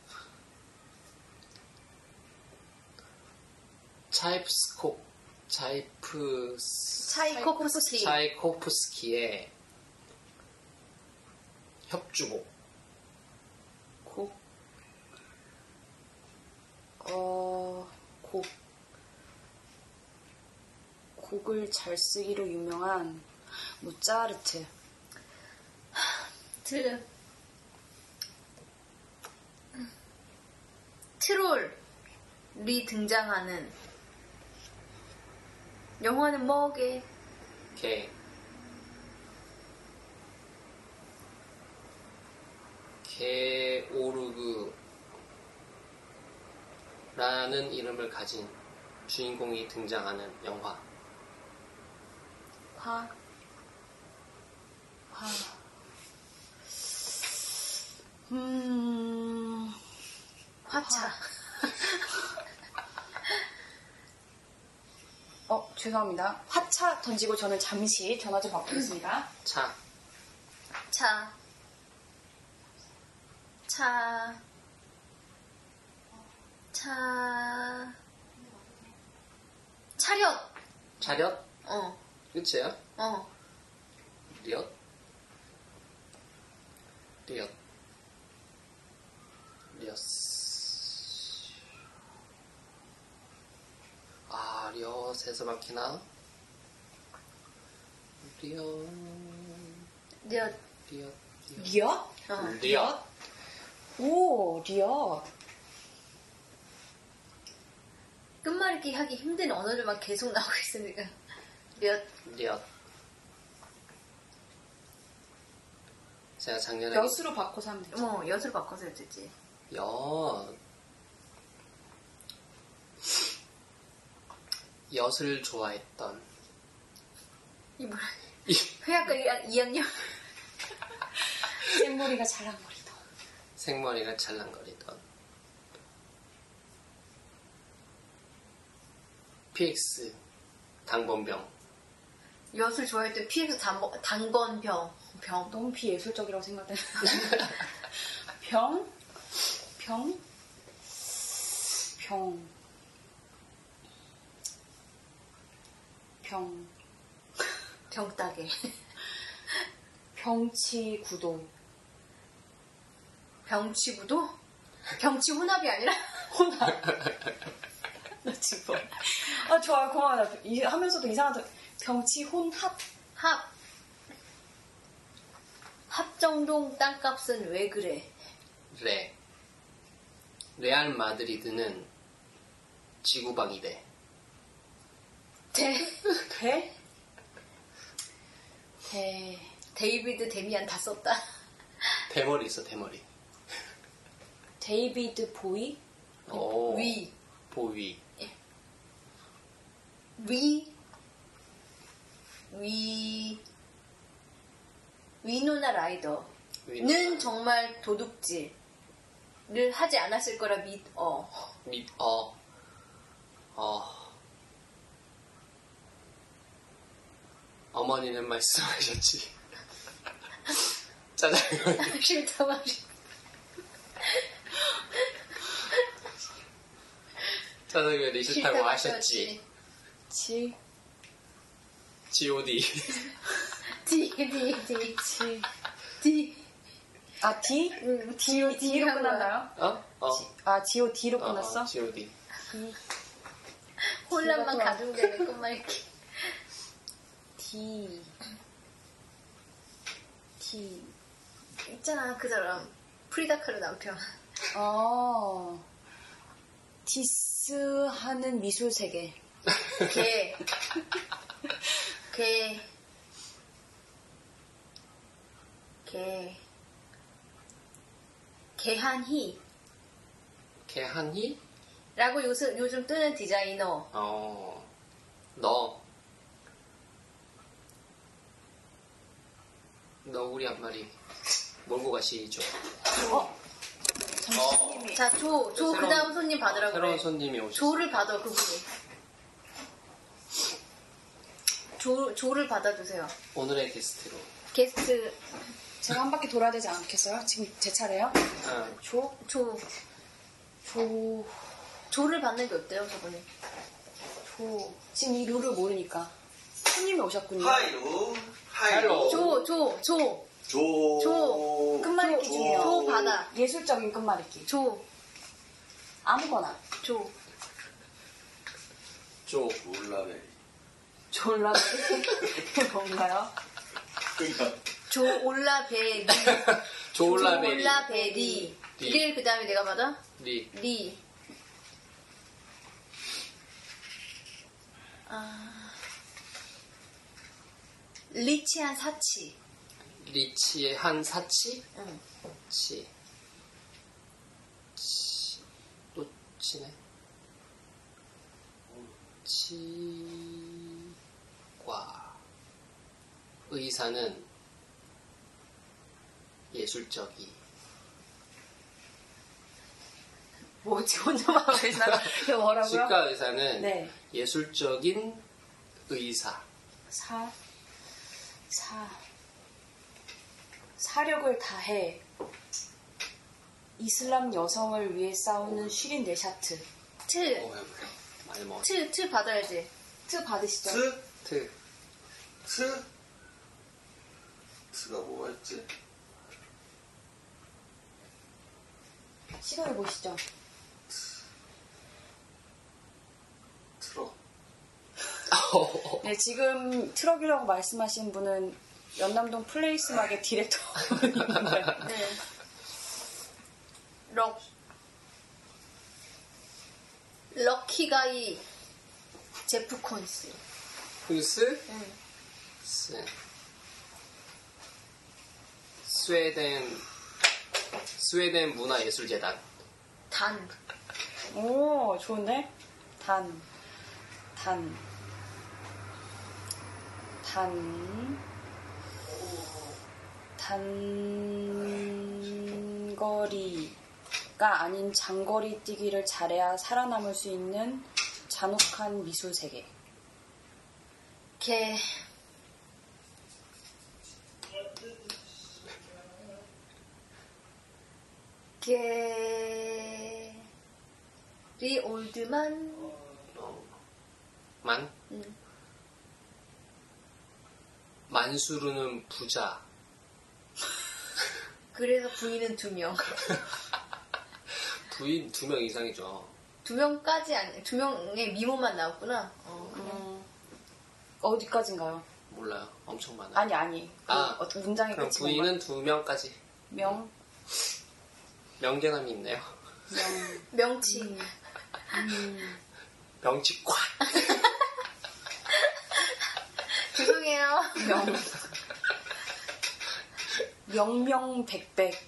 Speaker 3: 차이프스코, 차이프스,
Speaker 1: 차이코프스키
Speaker 3: 차이코프스키의 협주곡.
Speaker 2: 곡. 어, 곡. 곡을 잘 쓰기로 유명한 모차르트.
Speaker 1: 틀 트롤이 등장하는 영화는 뭐게
Speaker 3: 개. 게오르그라는 이름을 가진 주인공이 등장하는 영화.
Speaker 2: 화. 화. 음,
Speaker 1: 화차
Speaker 2: 어, 죄송합니다. 화차 던지고 저는 잠시 전화 좀 바꾸겠습니다.
Speaker 3: 차.
Speaker 1: 차. 차. 차. 차렷.
Speaker 3: 차렷?
Speaker 1: 어,
Speaker 3: 끝이에요?
Speaker 1: 어.
Speaker 3: 리엇? 리엇. 리엇. 아, 리엇에서 막히나? 리엇,
Speaker 1: 렷.
Speaker 3: 리엇, 리엇.
Speaker 2: 리엇?
Speaker 1: 어.
Speaker 3: 리엇?
Speaker 2: 오, 리엇.
Speaker 1: 끝말잇기 하기 힘든 언어들만 계속 나오고 있으니까. 렷.
Speaker 3: 리엇. 제가 작년에.
Speaker 2: 몇으로 바꿔서 하면 되죠.
Speaker 1: 뭐, 엿으로 바꿔서 했지.
Speaker 3: 엿. 엿을 좋아했던.
Speaker 1: 이 뭐라. 회화과 2학년.
Speaker 2: 생머리가 자랑거리다.
Speaker 3: 생머리가 찰랑거리던 PX 당번병
Speaker 1: 엿을 좋아했던 피해서 단- 당건병. 병.
Speaker 2: 너무 비예술적이라고 생각되는. 병? 병? 병. 병.
Speaker 1: 병따개.
Speaker 2: 병치 구도.
Speaker 1: 병치부도? 병치 혼합이 아니라?
Speaker 2: 나 지금. 아, 좋아, 고마워. 나 이, 하면서도 이상하다. 병치 혼합.
Speaker 1: 합. 합정동 땅값은 왜 그래?
Speaker 3: 레 레알 마드리드는 지구방이 돼
Speaker 1: 대,
Speaker 2: 대? 대.
Speaker 1: 데이비드 데미안 다 썼다.
Speaker 3: 대머리 있어 대머리
Speaker 2: 데이비드 보이?
Speaker 3: 오,
Speaker 1: 위,
Speaker 3: 어, 보위
Speaker 1: 위, 위, 위누나 라이더는
Speaker 3: 위-
Speaker 1: 정말 도둑질을 하지 않았을 거라 믿어.
Speaker 3: 밑, 어, 어. 어머니는 말씀하셨지. 짜장면.
Speaker 1: 싫다고 하시
Speaker 3: 짜장면이 싫다고 하셨지.
Speaker 2: 지.
Speaker 3: GOD.
Speaker 1: 디, 디, 디,
Speaker 2: 지.
Speaker 1: 디.
Speaker 2: 아, D? D로, D로
Speaker 1: 한 거야.
Speaker 2: 끝났나요?
Speaker 3: 어? 어.
Speaker 2: 아, G로 D로
Speaker 3: 어, 어,
Speaker 2: 끝났어?
Speaker 3: GOD.
Speaker 2: D,
Speaker 1: 혼란만
Speaker 2: 디가 또
Speaker 1: 가중되는 것만 이렇게.
Speaker 2: D. D.
Speaker 1: 있잖아, 그 사람. 프리다카르 남편.
Speaker 2: 어. 디스하는 미술 세계.
Speaker 1: 개. 개. 개. 개한희라고
Speaker 3: 개한이?
Speaker 1: 요즘, 요즘 뜨는 디자이너.
Speaker 3: 어. 너. 너구리 한 마리. 몰고 가시죠. 어.
Speaker 2: 어?
Speaker 6: 어,
Speaker 1: 자, 조, 조, 그 다음 손님 받으라고.
Speaker 3: 새로운
Speaker 1: 그래.
Speaker 3: 손님이 오시
Speaker 1: 조를 받아, 그분이. 조, 조를 받아주세요.
Speaker 3: 오늘의 게스트로.
Speaker 1: 게스트,
Speaker 2: 제가 한 바퀴 돌아야 되지 않겠어요? 지금 제 차례요?
Speaker 3: 아,
Speaker 1: 조? 조.
Speaker 2: 조,
Speaker 1: 조를 받는 게 어때요, 저분이?
Speaker 2: 조. 지금 이 룰을 모르니까. 손님이 오셨군요.
Speaker 7: 하이로 하이로
Speaker 1: 조, 조, 조.
Speaker 7: 조
Speaker 1: 조.
Speaker 2: 끝말잇기 중에요.
Speaker 1: 조 받아.
Speaker 2: 예술적인 끝말잇기.
Speaker 1: 조,
Speaker 2: 아무거나.
Speaker 1: 조.
Speaker 3: 조.
Speaker 7: 몰라네
Speaker 2: 졸라. 뭔가요?
Speaker 7: 그니까
Speaker 1: 조 올라베리.
Speaker 3: 조올라베리.
Speaker 1: 올라베리.
Speaker 3: 리.
Speaker 1: 이를 그 다음에 내가 받아?
Speaker 3: 리.
Speaker 1: 리. 아. 리치한 사치.
Speaker 3: 리치의 한 사치?
Speaker 1: 응.
Speaker 3: 치. 치. 또 치네. 치. 과. 의사는 예술적이.
Speaker 2: 뭐지, 혼자 말하고 있나? 이거 뭐라고요?
Speaker 3: 치과 의사는
Speaker 2: 네.
Speaker 3: 예술적인 의사.
Speaker 2: 사, 사, 사력을 다해 이슬람 여성을 위해 싸우는 쉬린 네샤트
Speaker 1: 트.
Speaker 3: 어, 해볼래? 많이 먹었
Speaker 1: 트, 트 받아야지.
Speaker 2: 트 받으시죠?
Speaker 3: 트.
Speaker 7: 트트 트가 뭐였지
Speaker 2: 시도해 보시죠.
Speaker 7: 트럭
Speaker 3: 어.
Speaker 2: 네, 지금 트럭이라고 말씀하신 분은 연남동 플레이스막의 디렉터.
Speaker 1: 네. 럭. 럭키가이. 제프 콘스.
Speaker 3: 그 후스?
Speaker 1: 응.
Speaker 3: 스. 스웨덴 스웨덴 문화예술재단
Speaker 1: 단.
Speaker 2: 오, 좋은데? 단, 단, 단, 단거리가 아닌 장거리 뛰기를 잘해야 살아남을 수 있는 잔혹한 미술 세계.
Speaker 1: 개. 개. 리 올드만.
Speaker 3: 만
Speaker 2: 음.
Speaker 1: 응.
Speaker 3: 만수르는 부자
Speaker 1: 그래서 부인은 두 명.
Speaker 3: 부인 두 명 이상이죠
Speaker 1: 두 명까지 아니, 두 명의 미모만 나왔구나. 어,
Speaker 3: 음.
Speaker 2: 어디까지인가요?
Speaker 3: 몰라요 엄청 많아요
Speaker 2: 아니, 아니. 그
Speaker 3: 아,
Speaker 2: 어떤 문장의
Speaker 3: 그럼
Speaker 2: 끝이 뭔가-
Speaker 3: 부인은 두 명까지
Speaker 2: 명,
Speaker 3: 명대감이 있네요
Speaker 2: 명,
Speaker 1: 명치.
Speaker 3: 명치과
Speaker 1: 죄송해요.
Speaker 2: 명. 명명백백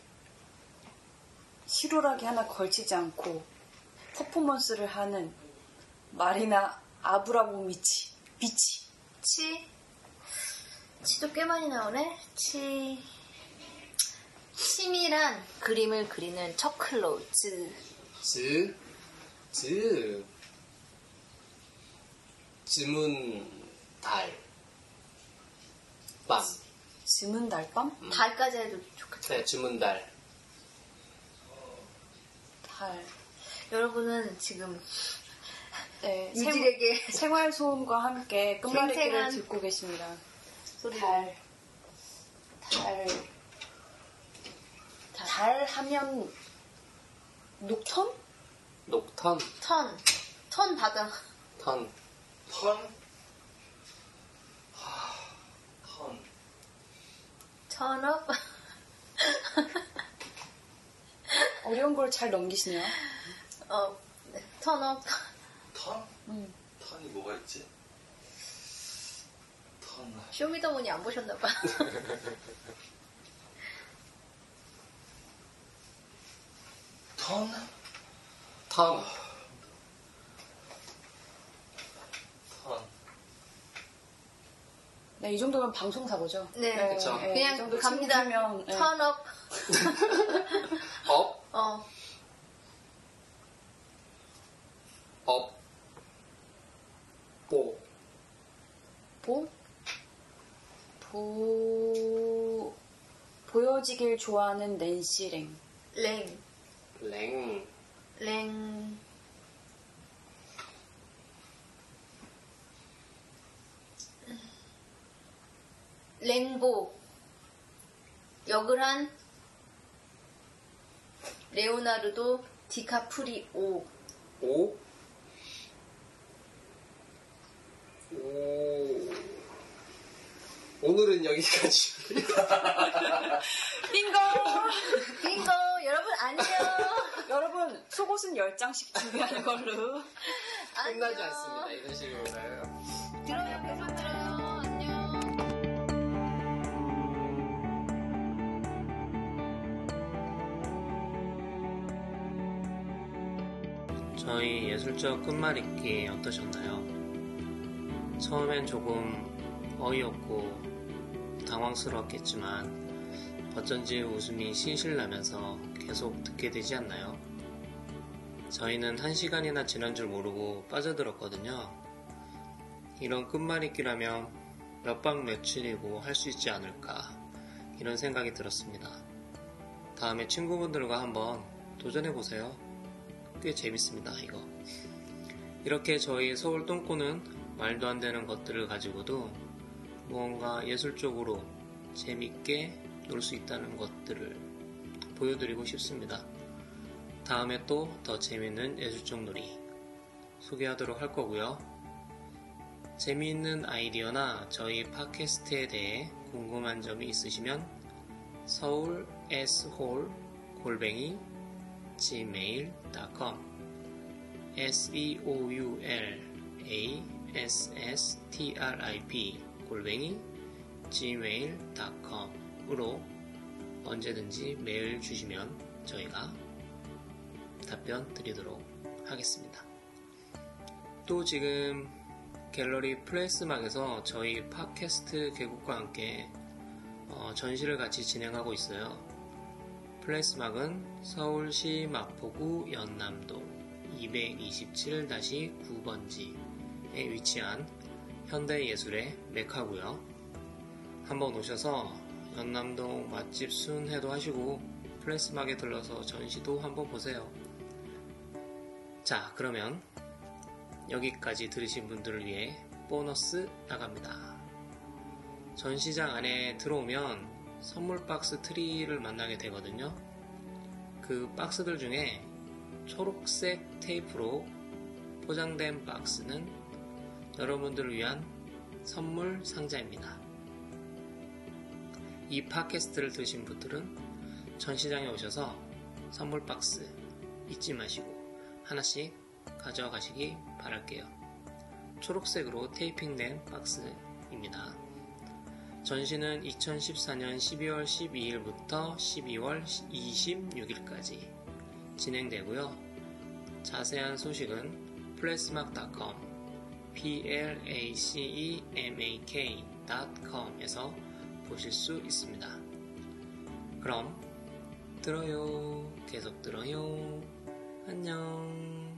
Speaker 2: 실오락이 하나 걸치지 않고 퍼포먼스를 하는 마리나 아브라모 미치 미치
Speaker 1: 치. 치도 꽤 많이 나오네. 치. 치밀한 그림을 그리는 척클로즈.
Speaker 3: 즈, 즈, 즈문, 달, 밤.
Speaker 2: 즈문 달밤
Speaker 1: 달까지 음. 해도 좋겠다.
Speaker 3: 네, 즈문, 달.
Speaker 2: 달
Speaker 1: 여러분은 지금
Speaker 2: 네, 생,
Speaker 1: 유질에게
Speaker 2: 생활 소음과 함께 끝말잇기를
Speaker 1: 생생한
Speaker 2: 듣고 계십니다.
Speaker 1: 소리를
Speaker 2: 달, 달, 달 하면 녹턴?
Speaker 3: 녹턴,
Speaker 1: 턴, 턴 받아.
Speaker 3: 턴,
Speaker 7: 턴턴
Speaker 1: 턴업.
Speaker 2: 어려운 걸 잘 넘기시네요.
Speaker 1: 어, 네, 턴업.
Speaker 7: 턴?
Speaker 2: 음.
Speaker 7: 턴이 뭐가 있지 턴
Speaker 1: 쇼미더머니 안 보셨나봐.
Speaker 7: 턴?
Speaker 3: 턴,
Speaker 7: 턴
Speaker 2: 네, 이 정도면 방송사고죠.
Speaker 1: 네.
Speaker 3: 그쵸.
Speaker 2: 이
Speaker 1: 그냥
Speaker 2: 정도
Speaker 1: 네. 갑니다.
Speaker 2: 친구면, 네.
Speaker 1: 턴업.
Speaker 3: 업,
Speaker 1: 어,
Speaker 8: 업, 보,
Speaker 2: 보? 보... 보여지길 좋아하는 낸시랭.
Speaker 9: 랭,
Speaker 8: 랭,
Speaker 9: 랭,
Speaker 1: 랭보 역을 한 레오나르도 디카프리오
Speaker 8: 오, 오. 오늘은 여기까지.
Speaker 2: 빙고!
Speaker 1: 빙고 여러분 안녕
Speaker 2: 여러분, 속옷은 10장씩 준비하는 걸로.
Speaker 8: 끝나지 않습니다. 이런 식으로.
Speaker 1: 들어요 계속 들어요 안녕
Speaker 3: 저희 예술적 끝말잇기 어떠셨나요? 처음엔 조금 어이없고 당황스러웠겠지만 어쩐지 웃음이 실실 나면서 계속 듣게 되지 않나요? 저희는 한 시간이나 지난 줄 모르고 빠져들었거든요. 이런 끝말잇기라면 몇 박 며칠이고 할 수 있지 않을까 이런 생각이 들었습니다. 다음에 친구분들과 한번 도전해보세요. 꽤 재밌습니다, 이거. 이렇게 저희 서울 똥꼬는 말도 안 되는 것들을 가지고도 무언가 예술적으로 재밌게 놀 수 있다는 것들을 보여드리고 싶습니다. 다음에 또 더 재밌는 예술적 놀이 소개하도록 할 거고요. 재미있는 아이디어나 저희 팟캐스트에 대해 궁금한 점이 있으시면 서울 s홀 골뱅이 gmail.com s e o u l a s s t r i p 골뱅이 gmail.com으로 언제든지 메일 주시면 저희가 답변 드리도록 하겠습니다. 또 지금 갤러리 플레이스막에서 저희 팟캐스트 개국과 함께 어, 전시를 같이 진행하고 있어요. 플래스막은 서울시 마포구 연남동 227-9번지에 위치한 현대예술의 메카고요. 한번 오셔서 연남동 맛집 순회도 하시고 플래스막에 들러서 전시도 한번 보세요. 자, 그러면 여기까지 들으신 분들을 위해 보너스 나갑니다. 전시장 안에 들어오면 선물 박스 트리를 만나게 되거든요. 그 박스들 중에 초록색 테이프로 포장된 박스는 여러분들을 위한 선물 상자입니다. 이 팟캐스트를 들으신 분들은 전시장에 오셔서 선물 박스 잊지 마시고 하나씩 가져가시기 바랄게요. 초록색으로 테이핑된 박스입니다. 전시는 2014년 12월 12일부터 12월 26일까지 진행되고요. 자세한 소식은 플래스막.com, E p-l-a-c-e-m-a-k.com에서 보실 수 있습니다. 그럼 들어요. 계속 들어요. 안녕.